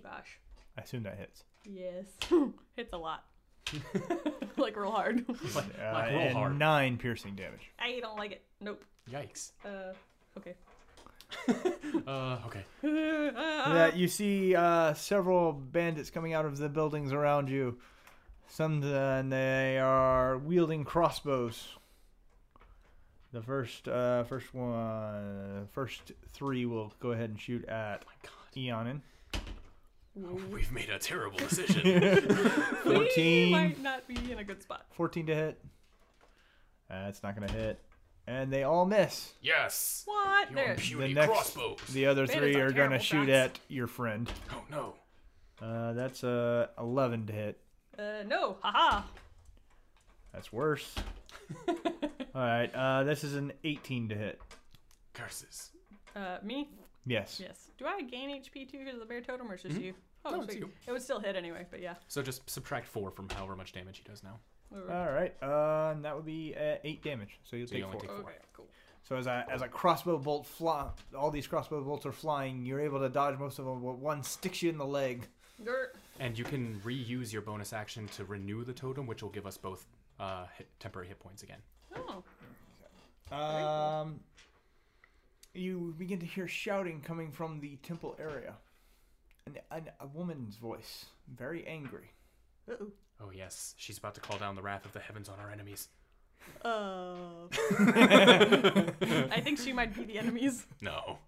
A: gosh.
B: I assume that hits.
A: Yes. Hits a lot. like real hard.
C: Like,
B: Uh,
C: like roll
B: and
C: hard.
B: nine piercing damage.
A: I don't like it. Nope.
C: Yikes.
A: Uh okay.
C: Uh, okay.
B: Yeah, you see uh, several bandits coming out of the buildings around you. Some uh, and they are wielding crossbows. The first, uh, first one, first three will go ahead and shoot
A: Oh
B: at Eonin.
D: We've made a terrible decision.
B: 14,
A: might not be in a good spot.
B: 14 to hit. That's not gonna hit. and they all miss.
D: Yes.
A: What? There.
D: Puny
B: next-
D: crossbows.
B: The other
A: Bandits
B: three
A: are
B: are gonna
A: terrible
B: shoot
A: shots.
B: at your friend.
D: oh no.
B: Uh, that's a eleven to hit.
A: Uh, no. Haha.
B: That's worse. all right. Uh, this is an eighteen to hit.
D: Curses.
A: Uh, me?
B: Yes.
A: Yes. Do I gain HP too because of the bear totem or it's just you? Oh,
C: Hmm? No, it's
A: sweet.
C: you.
A: It would still hit anyway, but yeah.
C: So just subtract four from however much damage he does now.
A: Ooh.
B: All right. Uh, and that would be uh, eight damage. So you'll
C: So
B: take
C: you only
B: four.
C: take four.
A: okay, cool.
B: So as a as a crossbow bolt fly, all these crossbow bolts are flying. You're able to dodge most of them, but one sticks you in the leg.
A: Grr.
C: And you can reuse your bonus action to renew the totem, which will give us both uh, hit, temporary hit points again.
A: Oh.
B: Um, you begin to hear shouting coming from the temple area, and an, a woman's voice, very angry.
C: Oh yes, she's about to call down the wrath of the heavens on our enemies.
D: Oh.
A: Uh, I think she might be the enemies.
D: No.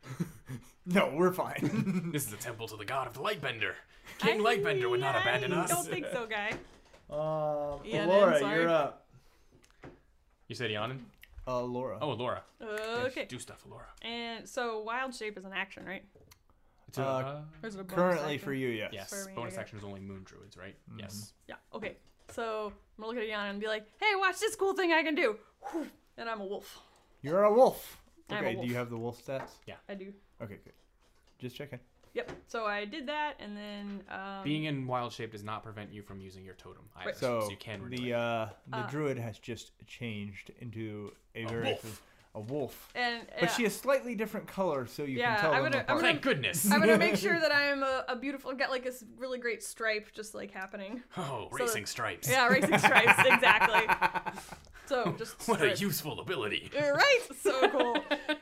B: No, we're fine.
D: This is the temple to the god of the Lightbender. King Lightbender would not abandon
A: I
D: us.
A: don't think so, guy.
B: um,
A: Yeah, no,
B: Laura,
A: sorry.
B: you're up.
C: You said Yanin?
B: Uh, Laura.
C: Oh, Laura.
A: Okay.
D: Do stuff, Laura.
A: And so wild shape is an action, right?
C: It's a,
B: Uh,
C: uh,
A: Or is it a bonus
B: Currently
A: action?
B: for you, yes.
C: yes.
A: for me,
C: bonus
A: okay.
C: action is only moon druids, right? Yes.
A: Yeah. Okay. So I'm gonna look at Yana and be like, "Hey, watch this cool thing I can do." Whew. And I'm a wolf.
B: You're a wolf.
A: I'm
B: Okay,
A: a
B: do you
A: wolf.
B: have the wolf stats?
A: I do.
B: Okay, good. Just checking.
A: Yep. So I did that, and then um,
C: Being in wild shape does not prevent you from using your totem. Either, so,
B: So,
C: you can renew
B: the
C: it.
B: uh, the
A: Ah.
B: druid has just changed into a, very
D: wolf.
B: a wolf.
A: and
B: But
A: uh,
B: she has slightly different color, so you
A: Yeah,
B: can tell
A: I'm
B: them
A: gonna- I'm
B: apart.
D: Thank goodness.
A: I'm gonna make sure that I'm a, a beautiful. I've got like this really great stripe just like happening.
D: Oh, racing stripes.
A: Yeah, racing stripes exactly. So just
D: What a
A: stripes.
D: useful ability.
A: You're right. So cool.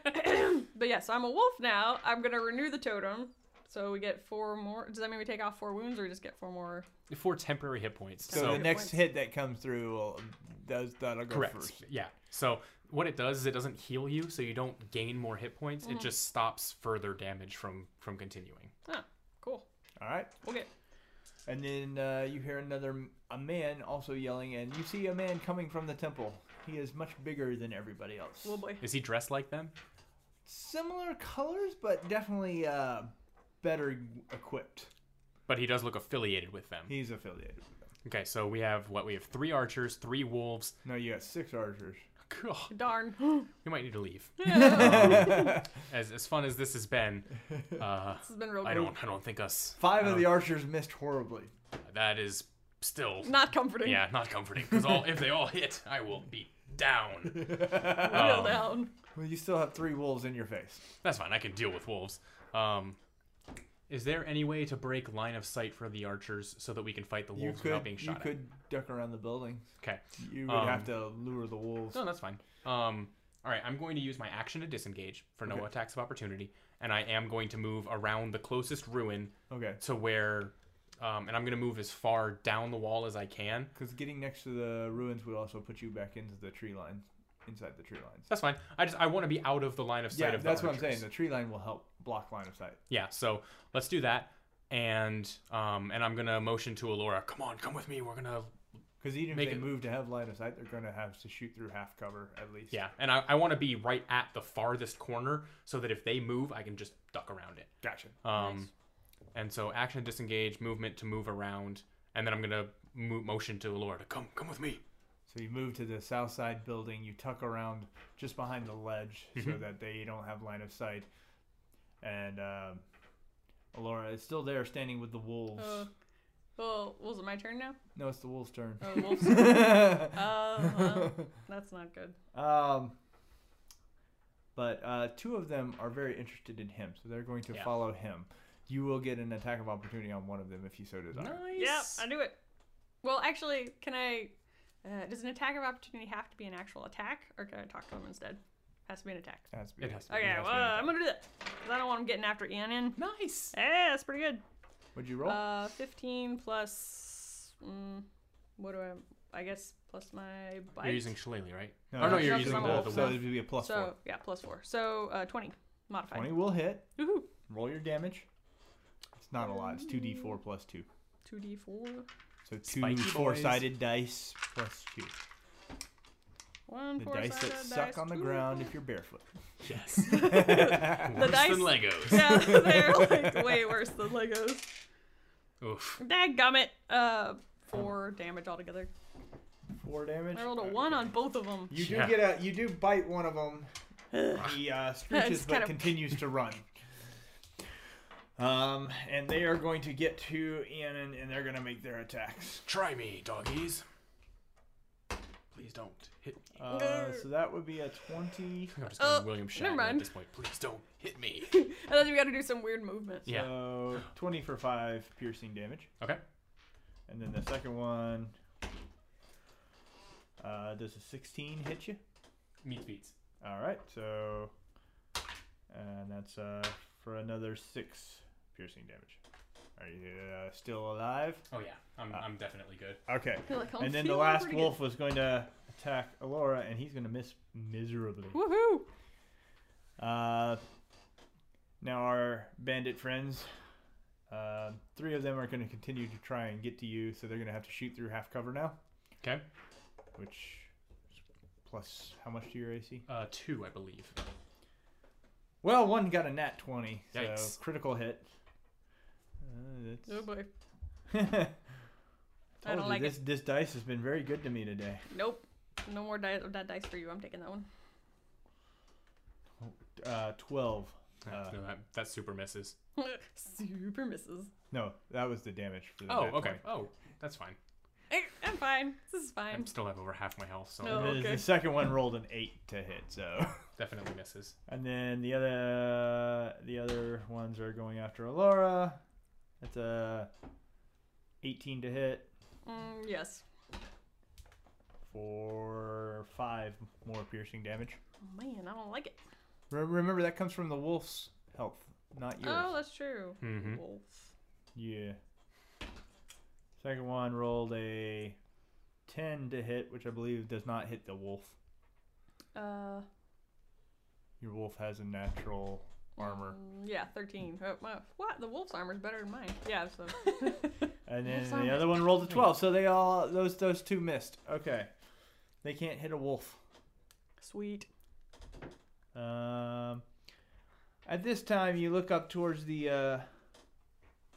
A: but yeah, so I'm a wolf now. I'm gonna renew the totem. So we get four more. Does that mean we take off four wounds, or we just get four more?
C: Four temporary hit points.
B: So,
C: so
B: the next
A: points.
B: hit that comes through will does that'll go
C: Correct.
B: first.
C: Yeah. So what it does is it doesn't heal you, so you don't gain more hit points. It just stops further damage from from continuing.
A: Huh. Ah, Cool.
B: All right,
A: Okay.
B: and then uh, you hear another a man also yelling, and you see a man coming from the temple. He is much bigger than everybody else.
A: Oh boy.
C: Is he dressed like them?
B: Similar colors, but definitely uh, better equipped.
C: But he does look affiliated with them.
B: He's affiliated. with them.
C: Okay, so we have what we have three archers, three wolves.
B: No, you got six archers.
C: God,
A: Darn.
C: we might need to leave. Um, as as fun as this has been, uh,
A: This has been real.
D: I
A: good.
D: don't I don't think us
B: Five
D: I
B: of
D: don't-
B: the archers missed horribly.
D: that is still
A: Not comforting.
D: yeah, not comforting. Because all if they all hit, I will be down.
A: Real
D: Um,
A: down.
B: Well, you still have three wolves in your face.
C: that's fine. I can deal with wolves. Um, is there any way to break line of sight for the archers so that we can fight the
B: You
C: wolves without
B: could
C: being
B: you
C: shot? at?
B: could duck around the building.
C: Okay.
B: You would
C: Um,
B: have to lure the wolves.
C: No, that's fine. Um, all right, I'm going to use my action to disengage for no attacks of opportunity, and I am going to move around the closest ruin
B: Okay,
C: to where, um, and I'm going to move as far down the wall as I can.
B: because getting next to the ruins would also put you back into the tree lines, inside the tree lines.
C: That's fine. I just I want to be out of the line of sight
B: Yeah,
C: of the
B: that's what I'm
C: archers.
B: saying. The tree line will help block line of sight.
C: Yeah, so let's do that, and um, and I'm gonna motion to Alora. Come
D: Come on, come with me. We're gonna
B: Because even
C: Make
B: if they
C: it-
B: move to have line of sight, they're going to have to shoot through half cover at least.
C: yeah, and I, I want to be right at the farthest corner so that if they move, I can just duck around it.
B: gotcha.
C: Um, And so action to disengage, movement to move around, and then I'm gonna mo- motion to Alora to
D: come come with me.
B: So you move to the south side building. You tuck around just behind the ledge
C: Mm-hmm.
B: so that they don't have line of sight. And um, Alora is still there, standing with the wolves.
A: Uh, well, was it my turn now?
B: no, it's the wolves' turn.
A: Oh, wolf's Uh, well, that's not good.
B: Um, but uh, two of them are very interested in him, so they're going to
C: Yeah.
B: follow him. You will get an attack of opportunity on one of them if you so desire.
C: Nice.
A: Yeah, I do it. Well, actually, can I? Uh, does an attack of opportunity have to be an actual attack, or can I talk to him instead? Has to be an attack.
B: That's
C: It has to be.
A: Okay,
B: has to
A: well,
B: be an
A: I'm gonna do that 'cause I don't want him getting after Ianin.
C: Nice.
A: Yeah, that's pretty good.
B: Would you roll?
A: Uh, 15 plus. Mm, what do I? I guess plus my bite.
C: You're using Shillelagh, right?
B: No,
C: oh no,
B: no,
C: you're
A: no,
C: using
A: I'm
C: the,
A: all
C: the
A: set.
B: so
C: wolf.
B: it would be a plus
A: so
B: four.
A: yeah, plus four. So uh, 20 modified.
B: Twenty will hit.
A: Woohoo!
B: Roll your damage. It's not a lot. It's two d four plus two.
A: 2d4.
B: So two
C: Spiky boys.
B: four sided dice plus two.
A: One
B: The dice that suck on the ground if you're barefoot.
D: Yes.
A: The dice.
D: Than Legos.
A: yeah, they're like way worse than Legos.
D: Oof.
A: Dadgummit. Uh, four damage altogether.
B: Four damage.
A: I rolled a one on both of them.
B: You do
D: Yeah.
B: get a. You do bite one of them. He uh, screeches
A: It's
B: but
A: kind of-
B: continues to run. Um, and they are going to get to Ian, and, and they're going to make their attacks.
D: Try me, doggies. Please don't hit me.
B: Uh, so that would be a twenty.
C: I'm just going
A: Oh,
C: William
A: never
C: Shatner at
A: mind.
C: this point.
D: Please don't hit me.
A: And then you got to do some weird movement.
D: Yeah.
B: So twenty for five piercing damage,
C: Okay.
B: and then the second one. Uh, does a sixteen hit you?
C: Meat beats.
B: All right, so, and that's uh for another six piercing damage. Are you uh, still alive?
C: Oh yeah, I'm, I'm definitely good.
B: Okay.
A: Feel like I'm
B: and then the
A: feeling
B: last
A: pretty
B: wolf was going to attack Alora, and he's going to miss miserably.
A: Good. Woohoo!
B: Uh, now our bandit friends, uh, three of them are going to continue to try and get to you, so they're going to have to shoot through half cover now,
C: Okay.
B: which is plus how much to your AC?
C: Uh, two, I believe.
B: Well, one got a nat twenty, so
C: Yikes.
B: critical hit. Uh,
A: Oh
B: that's-
A: boy. I
B: Told
A: don't
B: you,
A: like
B: this, this dice has been very good to me today.
A: it. Nope. No more dice of that dice for you. I'm taking that one.
B: Uh, Twelve. Uh,
C: no, that, that super misses.
A: Super misses.
B: No, that was the damage for the
C: Oh,
B: nat
C: okay.
B: 20.
C: Oh, that's fine.
A: Eh, I'm fine. This is
C: I
A: fine.
C: still have over half my health, so
A: No.
B: And then
A: Oh, okay.
B: The second one rolled an eight to hit, so.
C: definitely misses.
B: And then the other the other ones are going after Alora. That's a eighteen to hit
A: Mm, yes.
B: for five more piercing damage.
A: Man, I don't like it.
B: Re- remember that comes from the wolf's health, not yours. Mm-hmm.
A: Oh, that's true.
C: Mhm.
A: Wolf.
B: Yeah. Second one rolled a 10 to hit, which I believe does not hit the wolf.
A: Uh,
B: Your wolf has a natural armor.
A: mm, yeah, 13. Oh, my, what? The wolf's armor's better than mine. Yeah, so.
B: And then
A: Wolf's armor.
B: the other one rolled a 12, so they all those those two missed. Okay. They can't hit a wolf.
A: Sweet.
B: Um at this time you look up towards the uh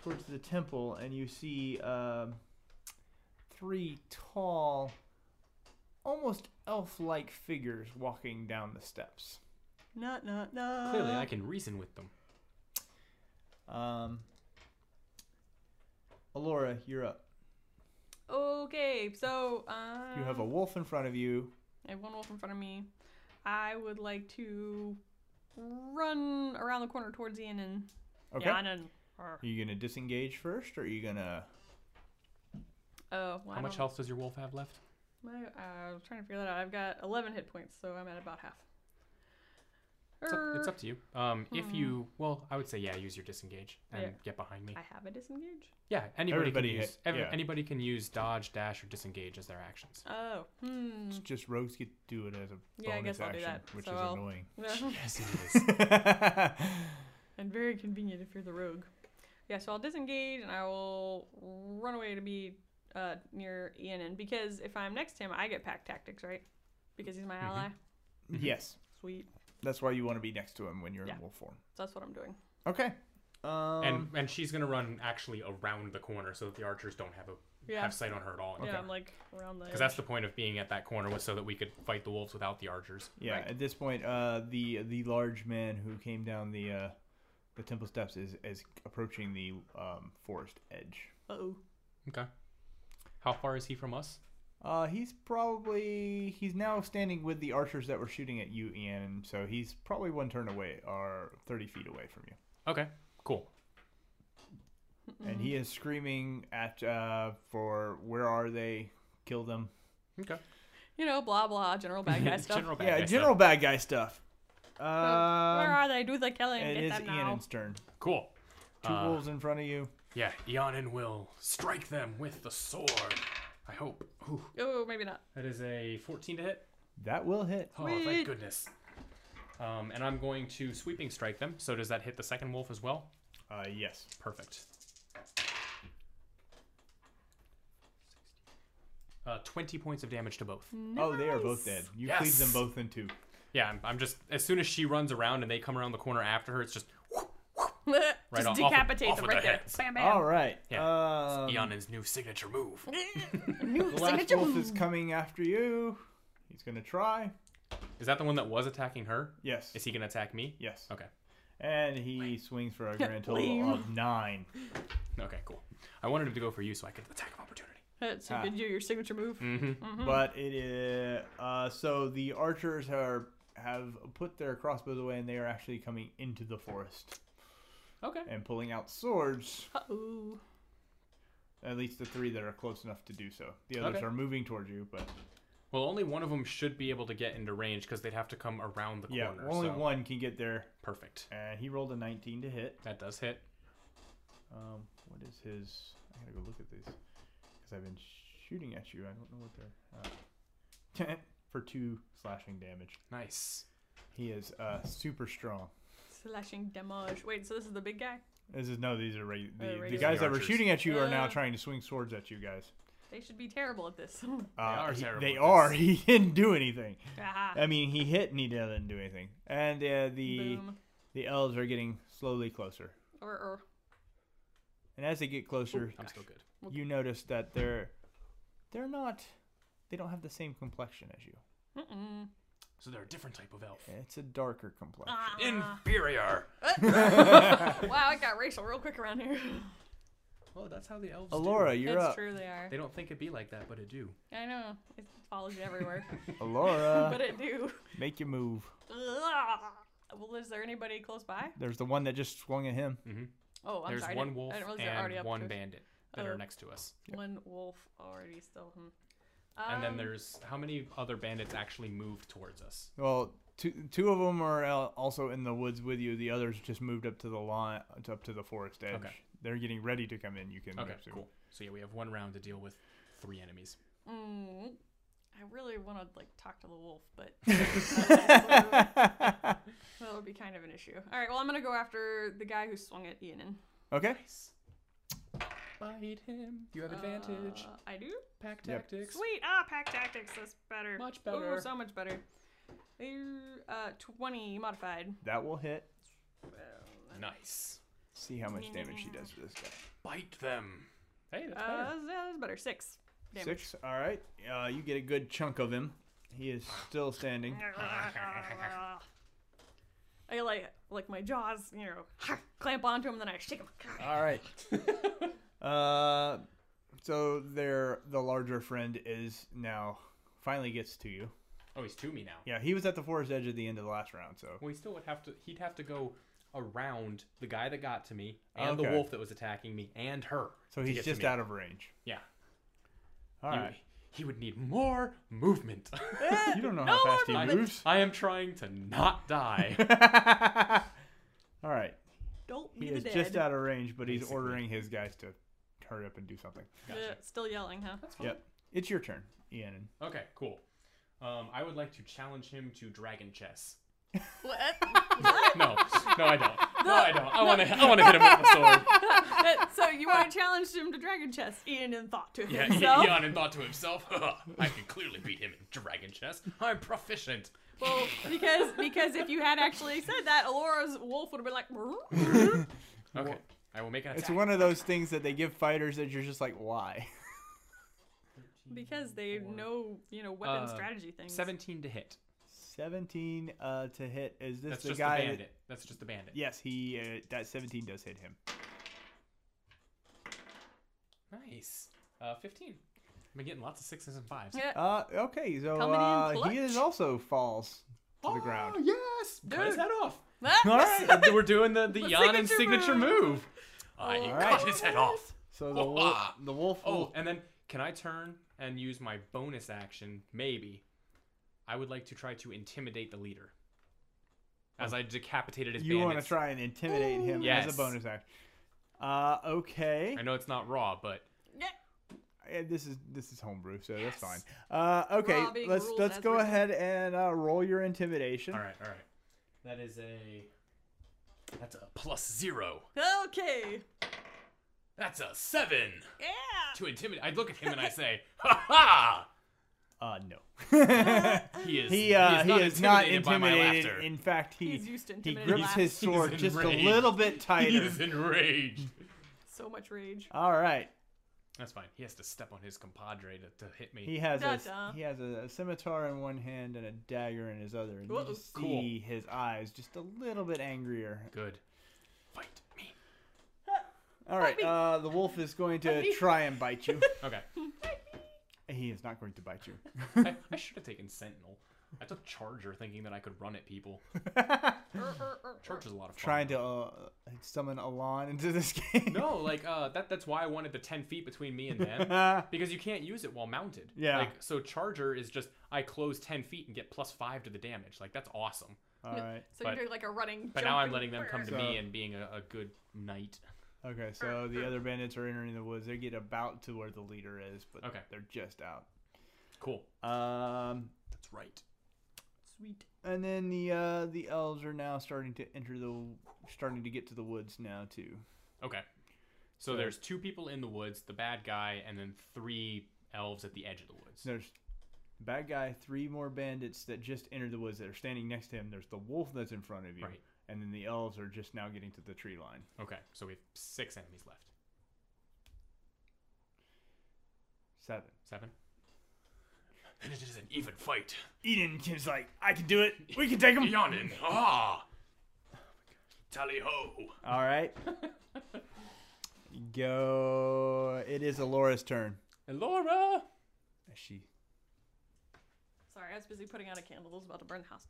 B: towards the temple and you see um three tall almost elf-like figures walking down the steps.
A: Not, not, not.
C: Clearly, I can reason with them.
B: Um, Alora, you're up.
A: Okay, so. Um,
B: You have a wolf in front of you.
A: I have one wolf in front of me. I would like to run around the corner towards Ian and.
B: Okay.
A: Yeah, I know.
B: Are you gonna disengage first, or are you gonna?
A: Oh, well, I
C: How much
A: don't-
C: health does your wolf have left?
A: My, uh, I was trying to figure that out. I've got 11 hit points, so I'm at about half.
C: It's up, it's
A: Er,
C: up to you. Um, if you, well, I would say yeah, use your disengage and
A: Yeah.
C: get behind me.
A: I have a disengage.
C: Yeah, anybody
B: Everybody
C: can use
B: hit-
C: every,
B: yeah.
C: anybody can use dodge, dash, or disengage as their actions.
A: Oh, hmm.
B: It's just rogues get to do it as a
A: Yeah, I
B: bonus
A: guess I'll do
B: action,
A: that,
B: which
A: so
B: is
A: I'll-
B: annoying.
A: Yeah.
C: Yes, it is.
A: and very convenient if you're the rogue. Yeah, so I'll disengage and I will run away to be uh, near Ian. And because if I'm next to him, I get pack tactics, right? Because he's my ally.
B: yes,
A: Sweet.
B: that's why you want to be next to him when you're
A: Yeah.
B: in wolf form.
A: So that's what I'm doing.
B: Okay. Um,
C: and and she's gonna run actually around the corner so that the archers don't have a
A: Yeah.
C: have sight on her at all.
A: Yeah, I'm like around the.
C: Because that's the point of being at that corner was so that we could fight the wolves without the archers.
B: yeah,
A: right.
B: at this point, uh, the the large man who came down the uh, the temple steps is is approaching the um, forest edge.
A: Uh oh.
C: Okay. How far is he from us?
B: Uh, he's probably he's now standing with the archers that were shooting at you, Ian. and So he's probably one turn away or thirty feet away from you,
C: Okay. Cool.
B: and he is screaming at uh, for where are they? Kill them!
C: Okay.
A: You know, blah, blah, general bad guy stuff.
C: General bad
B: yeah,
C: guy
B: general bad guy stuff.
A: So, Where
B: Um,
A: are they? Do the killing.
B: it
A: Get
B: is E
A: them now.
B: Ian's turn.
C: stuff. Cool.
B: Two
C: Uh,
B: wolves in front of you.
D: Yeah, Eonin will strike them with the sword. I hope. Ooh,
A: Oh, maybe not.
C: That is a 14 to hit.
B: That will hit.
D: oh,
A: Sweet.
D: thank goodness.
C: Um, and I'm going to sweeping strike them. So does that hit the second wolf as well?
B: Uh, yes.
C: Perfect. Uh, 20 points of damage to both.
B: Oh, they are both dead. You cleave
C: Yes.
B: them both in two.
C: Yeah, I'm, I'm just as soon as she runs around and they come around the corner after her, it's just whoop, whoop.
A: Just
C: Right off- off with-
A: decapitate
C: off
A: them
C: with
A: right
C: their
A: there.
C: heads.
A: Bam, bam.
B: All right.
C: Yeah.
B: Uh,
D: Ianin's new signature move.
B: Glass Wolf is coming after you. He's gonna try.
C: Is that the one that was attacking her?
B: Yes.
C: Is he gonna attack me?
B: Yes.
C: Okay.
B: And he swings for a grand
A: Lame.
B: total of nine.
C: Okay. Cool. I wanted him to go for you so I could attack him opportunity.
A: So you can do your signature move.
B: But it is uh, so the archers are have put their crossbows away and they are actually coming into the forest
C: Okay.
B: and pulling out swords.
A: Uh-oh.
B: At least the three that are close enough to do so. The others
C: Okay.
B: are moving towards you, but
C: Well, only one of them should be able to get into range because they'd have to come around the
B: yeah,
C: corner.
B: only
C: so-
B: one can get there.
C: Perfect.
B: And he rolled a 19 to hit.
C: That does hit.
B: Um, what is his? I gotta go look at these because I've been shooting at you. I don't know what they're uh, for two slashing damage.
C: Nice.
B: He is uh, super strong.
A: Slashing damage. Wait, so this is the big guy?
B: This is no, these are reg-
A: Uh,
B: the, the
A: regular.
B: guys that were
C: Archers.
B: shooting at you are now
A: Uh.
B: trying to swing swords at you guys.
A: They should be terrible at this.
B: Uh,
C: are
B: he-
C: terrible
B: They
C: at
B: are.
C: this.
B: He didn't do anything.
A: ah,
B: I mean, he hit and he didn't do anything. And uh, the
A: boom.
B: the elves are getting slowly closer.
A: Or, or
B: And as they get closer,
C: I'm still good.
B: you notice that they're they're not they don't have the same complexion as you.
D: So they're a different type of elf.
B: It's a darker complexion.
A: Ah, Uh.
D: Inferior.
A: wow, it got racial real quick around here.
C: Well, that's how the elves.
B: Alora, you're
A: That's
B: up.
A: true, they are.
C: They don't think it'd be like that, but it do.
A: I know. It follows you everywhere.
B: Alora,
A: but it do.
B: make your move.
A: well, is there anybody close by?
B: There's the one that just swung at him.
A: Oh, I'm
C: There's
A: sorry. I
C: one
A: didn't-
C: wolf
A: I didn't realize they're already
C: and
A: up
C: one
A: to us.
C: bandit that
A: Oh.
C: are next to us.
A: One wolf already still. Hmm.
C: And then
A: Um,
C: there's how many other bandits actually moved towards us?
B: Well, two two of them are uh, also in the woods with you. The others just moved up to the lawn, up to the forest edge.
C: Okay.
B: They're getting ready to come in. You can
C: Okay,
B: move to.
C: cool. So yeah, we have one round to deal with three enemies.
A: Mm, I really want to like talk to the wolf, but that would be kind of an issue. All right, well, I'm gonna go after the guy who swung at Ianin.
B: Okay.
C: Bite him. You have advantage.
A: Uh, I do.
C: Pack
B: Yep.
C: tactics.
A: Sweet. Ah, pack tactics. That's better.
C: Much
A: Oh,
C: better.
A: so much better. They're, Uh, 20 modified. Uh,
B: That will hit.
C: Nice.
B: See how much damage she does to this guy.
D: Bite them.
C: Hey, that's
A: Uh,
C: better.
A: that's, that's better. Six. Damage.
B: Six. All right. Uh, you get a good chunk of him. He is still standing.
A: I like like my jaws, you know, clamp onto him, then I shake him.
B: All right. uh, so their the larger friend is now finally gets to you.
C: Oh, he's to me now.
B: Yeah, he was at the forest edge at the end of the last round. So
C: Well, he still would have to. He'd have to go around the guy that got to me and the
B: Okay.
C: wolf that was attacking me and her.
B: so
C: to
B: he's
C: get to
B: just
C: me.
B: out of range.
C: Yeah.
B: All
C: He,
B: right.
C: he would need more movement.
B: You don't know how fast he
C: I-
B: moves.
C: I am trying to not die.
B: All right.
A: Don't
B: He
A: be the
B: is
A: dead.
B: just out of range, but he's
C: Basically.
B: ordering his guys to hurry up and do something.
A: Uh, still yelling, huh? That's
B: Yep. It's your turn, Ian.
C: okay, cool. Um, I would like to challenge him to dragon chess. No, no, I don't. No, I don't. I want to. I want to hit him with the sword.
A: so you want to challenge him to dragon chess? Ian in thought to
C: Yeah,
A: himself.
C: he yawned and thought to himself, "I can clearly beat him in dragon chess. I'm proficient."
A: Well, because because if you had actually said that, Alora's wolf would have been like, "Brrr."
C: Okay, I will make an attack.
B: It's one of those things that they give fighters that you're just like, why?
A: because they know you know weapon
C: Uh,
A: strategy things.
C: Seventeen to hit.
B: 17 uh, to hit. Is this
C: That's
B: the
C: just
B: guy?
C: the
B: that-
C: bandit. That's just the bandit.
B: yes, he. Uh, that 17 does hit him.
C: Nice. Uh, Fifteen. I've been getting lots of sixes and fives.
A: Yeah.
B: Uh, okay, so
A: Coming in
B: uh,
A: clutch.
B: he is also falls to the
C: Oh
B: ground.
C: yes! Cut his
A: Dude.
C: head off.
A: Ah!
C: All right, we're doing the the yawn and
A: signature
C: signature
A: move.
C: move.
D: I
A: Oh,
B: right.
D: cut his head off.
B: So the wolf, the wolf
C: Oh,
B: will.
C: and then can I turn and use my bonus action? Maybe. I would like to try to intimidate the leader. As I decapitated his
B: You want to
C: bandits.
B: try and intimidate him as
C: Yes.
B: a bonus action. Uh, okay.
C: I know it's not raw, but
A: Yeah.
B: Uh, this is this is homebrew, so that's fine.
C: Yes.
B: Uh, okay,
A: Robbie
B: let's
A: rules
B: let's
A: as
B: go
A: written.
B: ahead and uh, roll your intimidation.
C: all right, all right. That is a
D: That's a plus zero.
A: Okay.
C: That's a seven.
A: Yeah.
C: To intimidate, I'd look at him and I say, "Ha ha!"
B: Uh, no.
C: He is.
B: He, uh, he is not intimidated.
C: by my laughter.
B: In fact, he
A: He's used to
B: he
A: intimidating
B: grips
A: laughs.
B: his sword
C: He's
B: just
C: enraged.
B: a little bit
C: He
B: tighter.
C: is enraged.
A: So much rage.
B: All right.
C: That's fine. He has to step on his compadre to, to hit me.
B: He has
A: Da-da.
B: a he has a, scimitar in one hand and a dagger in his other, and you
A: Whoa,
B: just see
C: cool.
B: his eyes just a little bit angrier.
C: Good. Fight me.
B: All right,
A: me.
B: uh, the wolf is going to
A: me.
B: try and bite you.
C: Okay.
B: he is not going to bite you.
C: I, I should have taken Sentinel. I took Charger thinking that I could run at people.
A: Er, er, er, er.
C: Charger's a lot of fun.
B: Trying to uh, summon Alon into this game.
C: No, like uh, that. That's why I wanted the ten feet between me and them because you can't use it while mounted.
B: Yeah.
C: Like so, Charger is just I close ten feet and get plus five to the damage. Like that's awesome.
B: All right.
A: So
C: But-
A: you're doing like a running.
C: But now I'm
A: jumping-
C: letting them come to me
B: So-
C: and being a, a good knight.
B: Okay, so the other bandits are entering the woods. They get about to where the leader is, but
C: Okay.
B: they're just out.
C: Cool.
B: Um,
C: That's right.
A: Sweet.
B: and then the uh, the elves are now starting to enter the starting to get to the woods now too.
C: Okay. So, there's two people in the woods, the bad guy, and then three elves at the edge of the woods.
B: There's the bad guy, three more bandits that just entered the woods that are standing next to him. There's the wolf that's in front of you,
C: Right.
B: and then the elves are just now getting to the tree line.
C: Okay. So we have six enemies left.
B: Seven.
C: Seven. Then it is an even fight.
B: Eden is like, I can do it. We can take him.
C: Yawning. Ah. Tally ho.
B: All right. Go. It is Alora's turn.
C: Laura.
B: She.
A: Sorry, I was busy putting out a candle that was about to burn the house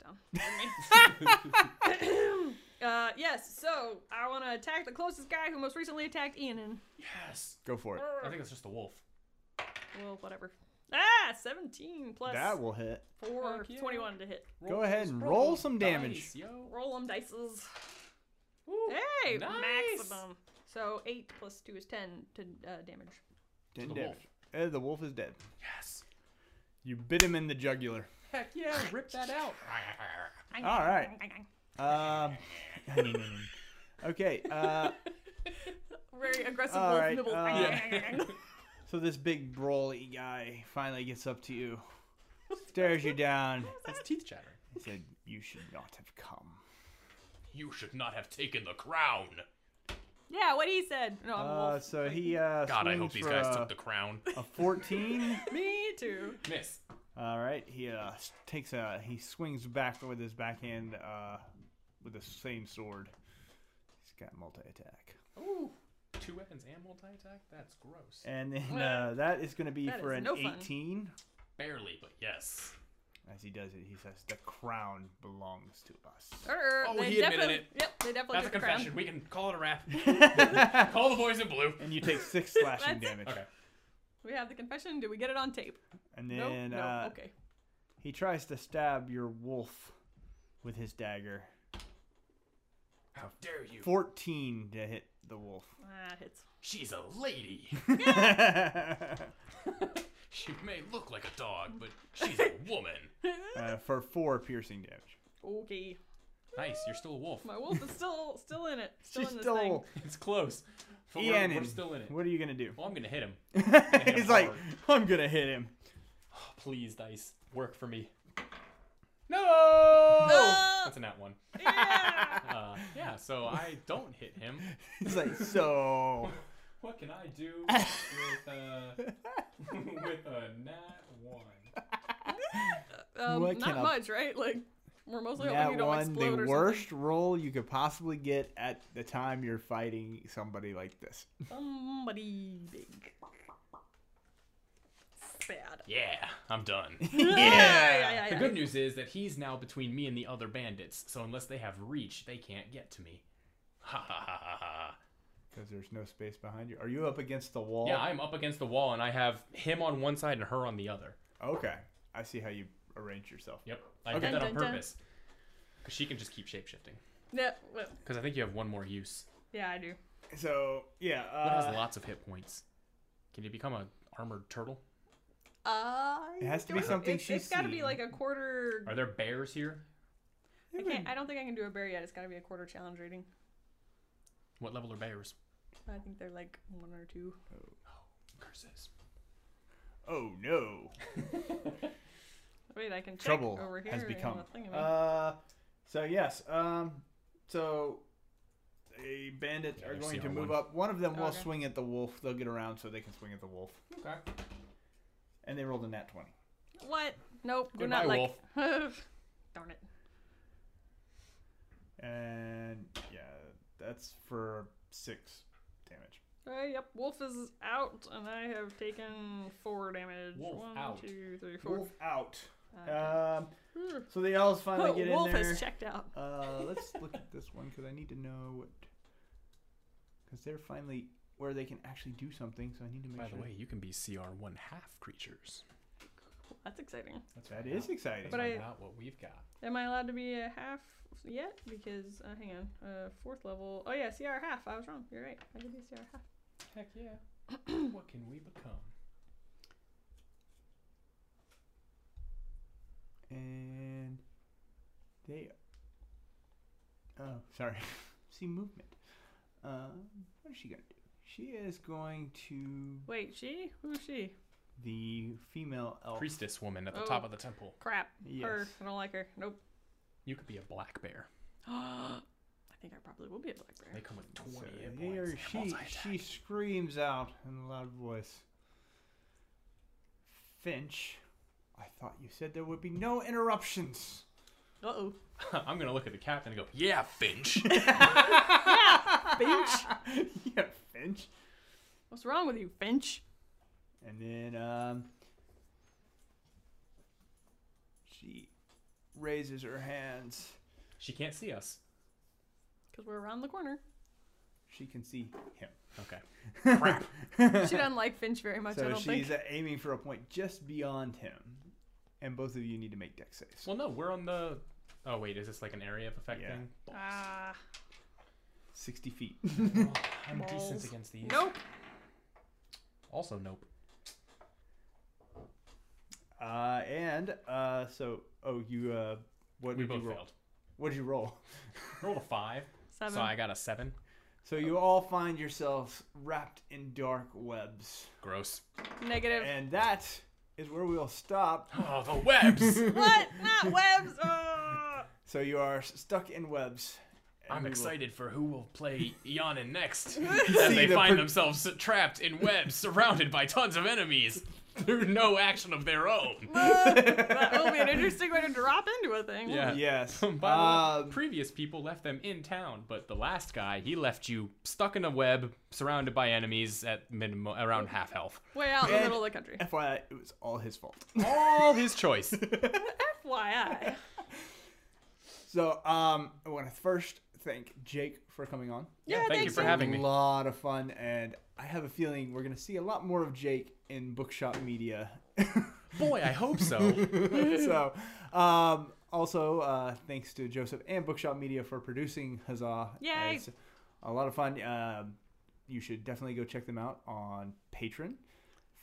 A: down. Pardon me. uh, yes, so I want to attack the closest guy who most recently attacked Ian. And,
C: Yes.
B: Go for it.
A: Oh,
C: I think it's just the wolf.
A: well, whatever. Ah, 17 plus
B: That will hit.
A: 4,
C: Heck yeah.
A: 21 to hit.
B: Go ahead and roll some damage.
C: Nice, yo.
A: Roll them dices.
C: Woo.
A: Hey,
C: nice.
A: maximum. So 8 plus 2 is 10 to uh, damage.
B: Ten
C: the
B: damage. Eh, the wolf is dead.
C: Yes.
B: You bit him in the jugular.
C: Heck yeah, rip that out.
B: All right. Um. okay. Uh,
A: Very aggressive
B: All
A: wolf
B: right,
A: nibble.
B: uh, so this big brawly guy finally gets up to you, stares you down.
C: That's teeth chattering.
B: He said, "You should not have come."
C: You should not have taken the crown.
A: yeah, what he said. No, I'm a
B: Uh,
A: wolf.
B: so he. Uh,
C: God, I
B: swings
C: hope these
B: for
C: guys
B: a,
C: took the crown.
B: a fourteen.
A: Me too.
C: Miss.
B: All right. He uh, s- takes a. He swings back with his backhand uh, with the same sword. He's got multi attack.
C: Ooh. Two weapons and multi attack? That's gross.
B: And then uh, that is going to be
A: That
B: for
A: is
B: an
A: no fun.
B: 18.
C: Barely, but yes.
B: As he does it, he says, The crown belongs to us.
A: Er,
C: Oh,
A: they
C: he admitted
A: definitely-
C: it.
A: Yep, they definitely
C: That's a
A: took the crown.
C: confession. We can call it a wrap. call the boys in blue.
B: And you take six slashing
A: That's it.
B: damage.
C: Okay.
A: We have the confession. Do we get it on tape?
B: And
A: No.
B: then
A: no.
B: uh,
A: okay.
B: he tries to stab your wolf with his dagger.
C: How dare you?
B: 14 to hit the wolf.
A: Ah, it hits.
C: She's a lady. she may look like a dog, but she's a woman.
B: Uh, for four piercing damage.
A: Okay.
C: Nice, you're still a wolf.
A: My wolf is still still in it. Still
B: She's
A: in this
B: still.
A: thing.
C: It's close. But we're-
B: Ian,
C: we're, still in it.
B: What are you going to do?
C: Well, I'm gonna hit him.
B: He's like, I'm going to hit him.
C: please, dice, work for me. No.
A: No!
C: That's a nat one.
A: Yeah!
C: Uh, yeah, so I don't hit him.
B: He's like, So.
C: What can I do with uh, with a nat one?
A: um,
B: What
A: not
B: can I-
A: much, right? Like we're mostly hoping
B: That
A: you don't
B: one,
A: explode
B: the
A: or
B: worst roll you could possibly get at the time you're fighting somebody like this.
A: something. Somebody big. Sad.
C: Yeah, I'm done.
A: Yeah. yeah,
C: The
A: yeah.
C: good news is that he's now between me and the other bandits, so unless they have reach, they can't get to me. Ha ha ha ha ha.
B: Because there's no space behind you. Are you up against the wall?
C: Yeah, I'm up against the wall and I have him on one side and her on the other.
B: okay. I see how you arrange yourself.
C: Yep. I
B: Okay.
C: did that
A: Dun,
C: on
A: dun, dun.
C: purpose. Because she can just keep shapeshifting.
A: Yeah, well,
C: Because I think you have one more use.
A: yeah, I do.
B: So yeah.
C: It
B: Uh,
C: has lots of hit points. Can you become an armored turtle?
A: Uh,
B: It has to be something
A: it's,
B: she's
A: It's got to be
B: seen.
A: like a quarter.
C: Are there bears here?
A: I can't. I don't think I can do a bear yet. It's got to be a quarter challenge rating.
C: What level are bears?
A: I think they're like one or two.
D: Curses.
B: Oh no.
A: Wait, I can check
B: Trouble
A: over here.
B: has
A: and
B: become-
A: the thing I
B: Uh, so yes. Um, so the bandits are
C: there's
B: going to
C: CR1.
B: move up. One of them will
A: Okay.
B: swing at the wolf. They'll get around so they can swing at the wolf.
D: Okay.
B: And they rolled a nat twenty.
A: mean. What? Nope. We're
C: Goodbye,
A: not like. Darn it.
B: And yeah, that's for six damage.
A: Uh, yep, Wolf is out, and I have taken four damage. One, two, three,
C: Wolf
A: four.
C: out.
B: Wolf out.
A: Uh,
B: Um,
A: Ooh.
B: so the elves finally
A: oh,
B: get
A: Wolf
B: in there.
A: has checked out.
B: Uh, let's look at this one because I need to know what. Because they're finally where they can actually do something, so I need to make
C: By the
B: sure.
C: way, you can be CR one half creatures.
A: That's exciting.
C: That's
B: that is exciting.
A: But I-
C: find out what we've got.
A: Am I allowed to be a half yet? Because uh, hang on, uh, fourth level. Oh yeah, CR half. I was wrong. You're right. I can be CR half.
C: Heck yeah. what can we become?
B: And they. Oh, sorry. See movement. Uh, what is she gonna do? She is going to
A: Wait, she? Who's she?
B: the female elf.
C: Priestess woman at the
A: Oh.
C: top of the temple.
A: Crap. Her.
B: Yes.
A: I don't like her. Nope.
C: You could be a black bear.
A: I think I probably will be a black
C: They
A: bear.
C: come with
B: So
C: twenty hit
B: he
C: points.
B: or she she screams out in a loud voice. Finch, I thought you said there would be no interruptions.
A: Uh oh.
C: I'm gonna look at the captain and go, "Yeah, Finch."
A: Finch.
B: yeah, Finch.
A: What's wrong with you, Finch?
B: And then um, she raises her hands.
C: she can't see us.
A: Because we're around the corner.
B: She can see him.
C: Okay.
A: She doesn't like Finch very much. I
B: so
A: don't think.
B: she's uh, aiming for a point just beyond him. And both of you need to make deck saves.
C: Well, no, we're on the. Oh wait, is this like an area of effect
B: Yeah.
C: thing? Oh,
A: Ah.
B: 60 feet.
C: I'm
A: Balls.
C: decent against these.
A: Nope.
C: Also, nope.
B: Uh, and uh, so, oh, you, uh, what
C: We
B: did
C: both
B: you roll?
C: failed.
B: What did you roll?
C: Rolled a five,
A: Seven.
C: so I got a seven.
B: So you all find yourselves wrapped in dark webs.
C: Gross.
A: Negative.
B: And that is where we'll stop.
C: Oh, the webs.
A: What? Not webs. Oh.
B: So you are s- stuck in webs. and
C: I'm
B: we will-
C: excited for who will play Yanin next
B: See
C: as they
B: the
C: find
B: pro-
C: themselves trapped in webs surrounded by tons of enemies through no action of their own.
A: That will be an interesting way to drop into a thing.
C: Yeah.
B: Yes.
C: By the way,
B: Um,
C: previous people left them in town, but the last guy, he left you stuck in a web, surrounded by enemies at minimum around half health.
A: Way out in the
B: And-
A: middle of the country.
B: FYI, it was all his fault.
C: All his choice.
A: FYI.
B: So um, I want to first thank Jake for coming on.
A: Yeah,
C: thank you
A: thanks,
C: for
A: Jake.
C: having
B: A
C: me.
B: lot of fun, and I have a feeling we're going to see a lot more of Jake in bookshop media.
C: Boy, I hope so.
B: so, um, also uh, thanks to Joseph and Bookshop Media for producing Huzzah.
A: Yay.
B: It's a lot of fun. Um, you should definitely go check them out on Patreon,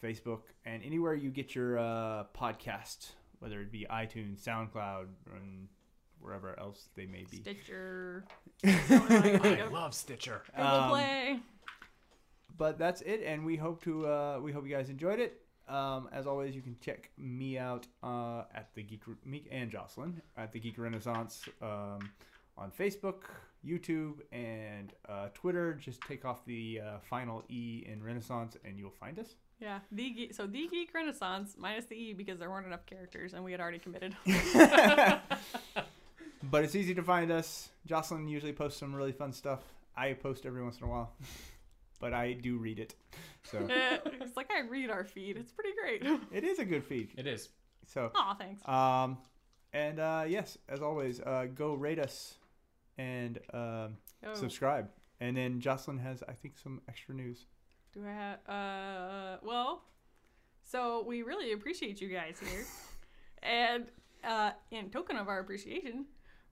B: Facebook, and anywhere you get your uh, podcast, whether it be iTunes, SoundCloud, and wherever else they may be.
A: Stitcher.
C: I love Stitcher.
A: Google Play.
B: but that's it and we hope to uh, we hope you guys enjoyed it um, as always you can check me out uh, at the geek Re- me and jocelyn at the geek renaissance um, on facebook youtube and uh, twitter just take off the uh, final e in renaissance and you'll find us
A: Yeah. The Ge- so the Geek Renaissance minus the E because there weren't enough characters and we had already committed.
B: but it's easy to find us jocelyn usually posts some really fun stuff i post every once in a while but i do read it so
A: it's like I read our feed. It's pretty great.
B: it is a good feed
C: It is.
B: so
A: Aw, thanks.
B: Um, and uh, yes, as always, uh, go rate us and um,
A: Oh,
B: subscribe. And then Jocelyn has, I think, some extra news.
A: do I have? Uh, well, so we really appreciate you guys here, and uh, in token of our appreciation,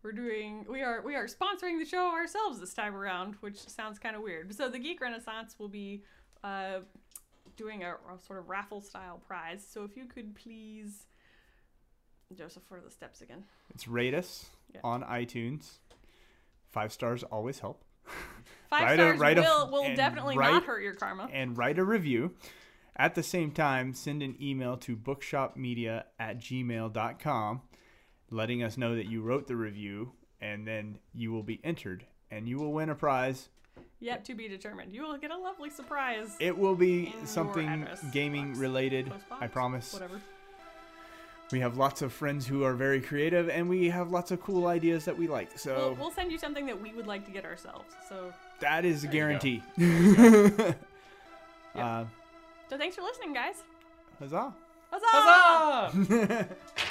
A: we're doing we are we are sponsoring the show ourselves this time around, which sounds kind of weird. So the Geek Renaissance will be uh, doing a, a sort of raffle style prize. So if you could please, Joseph, for the steps again.
B: It's rate us
A: Yeah.
B: on iTunes. Five stars always help.
A: Five
B: Write a-
A: stars
B: write a-
A: will will
B: and
A: definitely
B: write-
A: not hurt your karma.
B: and write a review. At the same time, send an email to bookshopmedia at gmail.com letting us know that you wrote the review, and then you will be entered and you will win a prize.
A: Yet to be determined. You will get a lovely surprise.
B: It will be
A: In your
B: something
A: address
B: gaming
A: box.
B: related,
A: Post box,
B: I promise.
A: Whatever.
B: We have lots of friends who are very creative, and we have lots of cool ideas that we like. So
A: We'll, we'll send you something that we would like to get ourselves. So,
B: that is a
D: you go.
B: guarantee. uh,
A: so thanks for listening, guys.
B: huzzah.
A: Huzzah!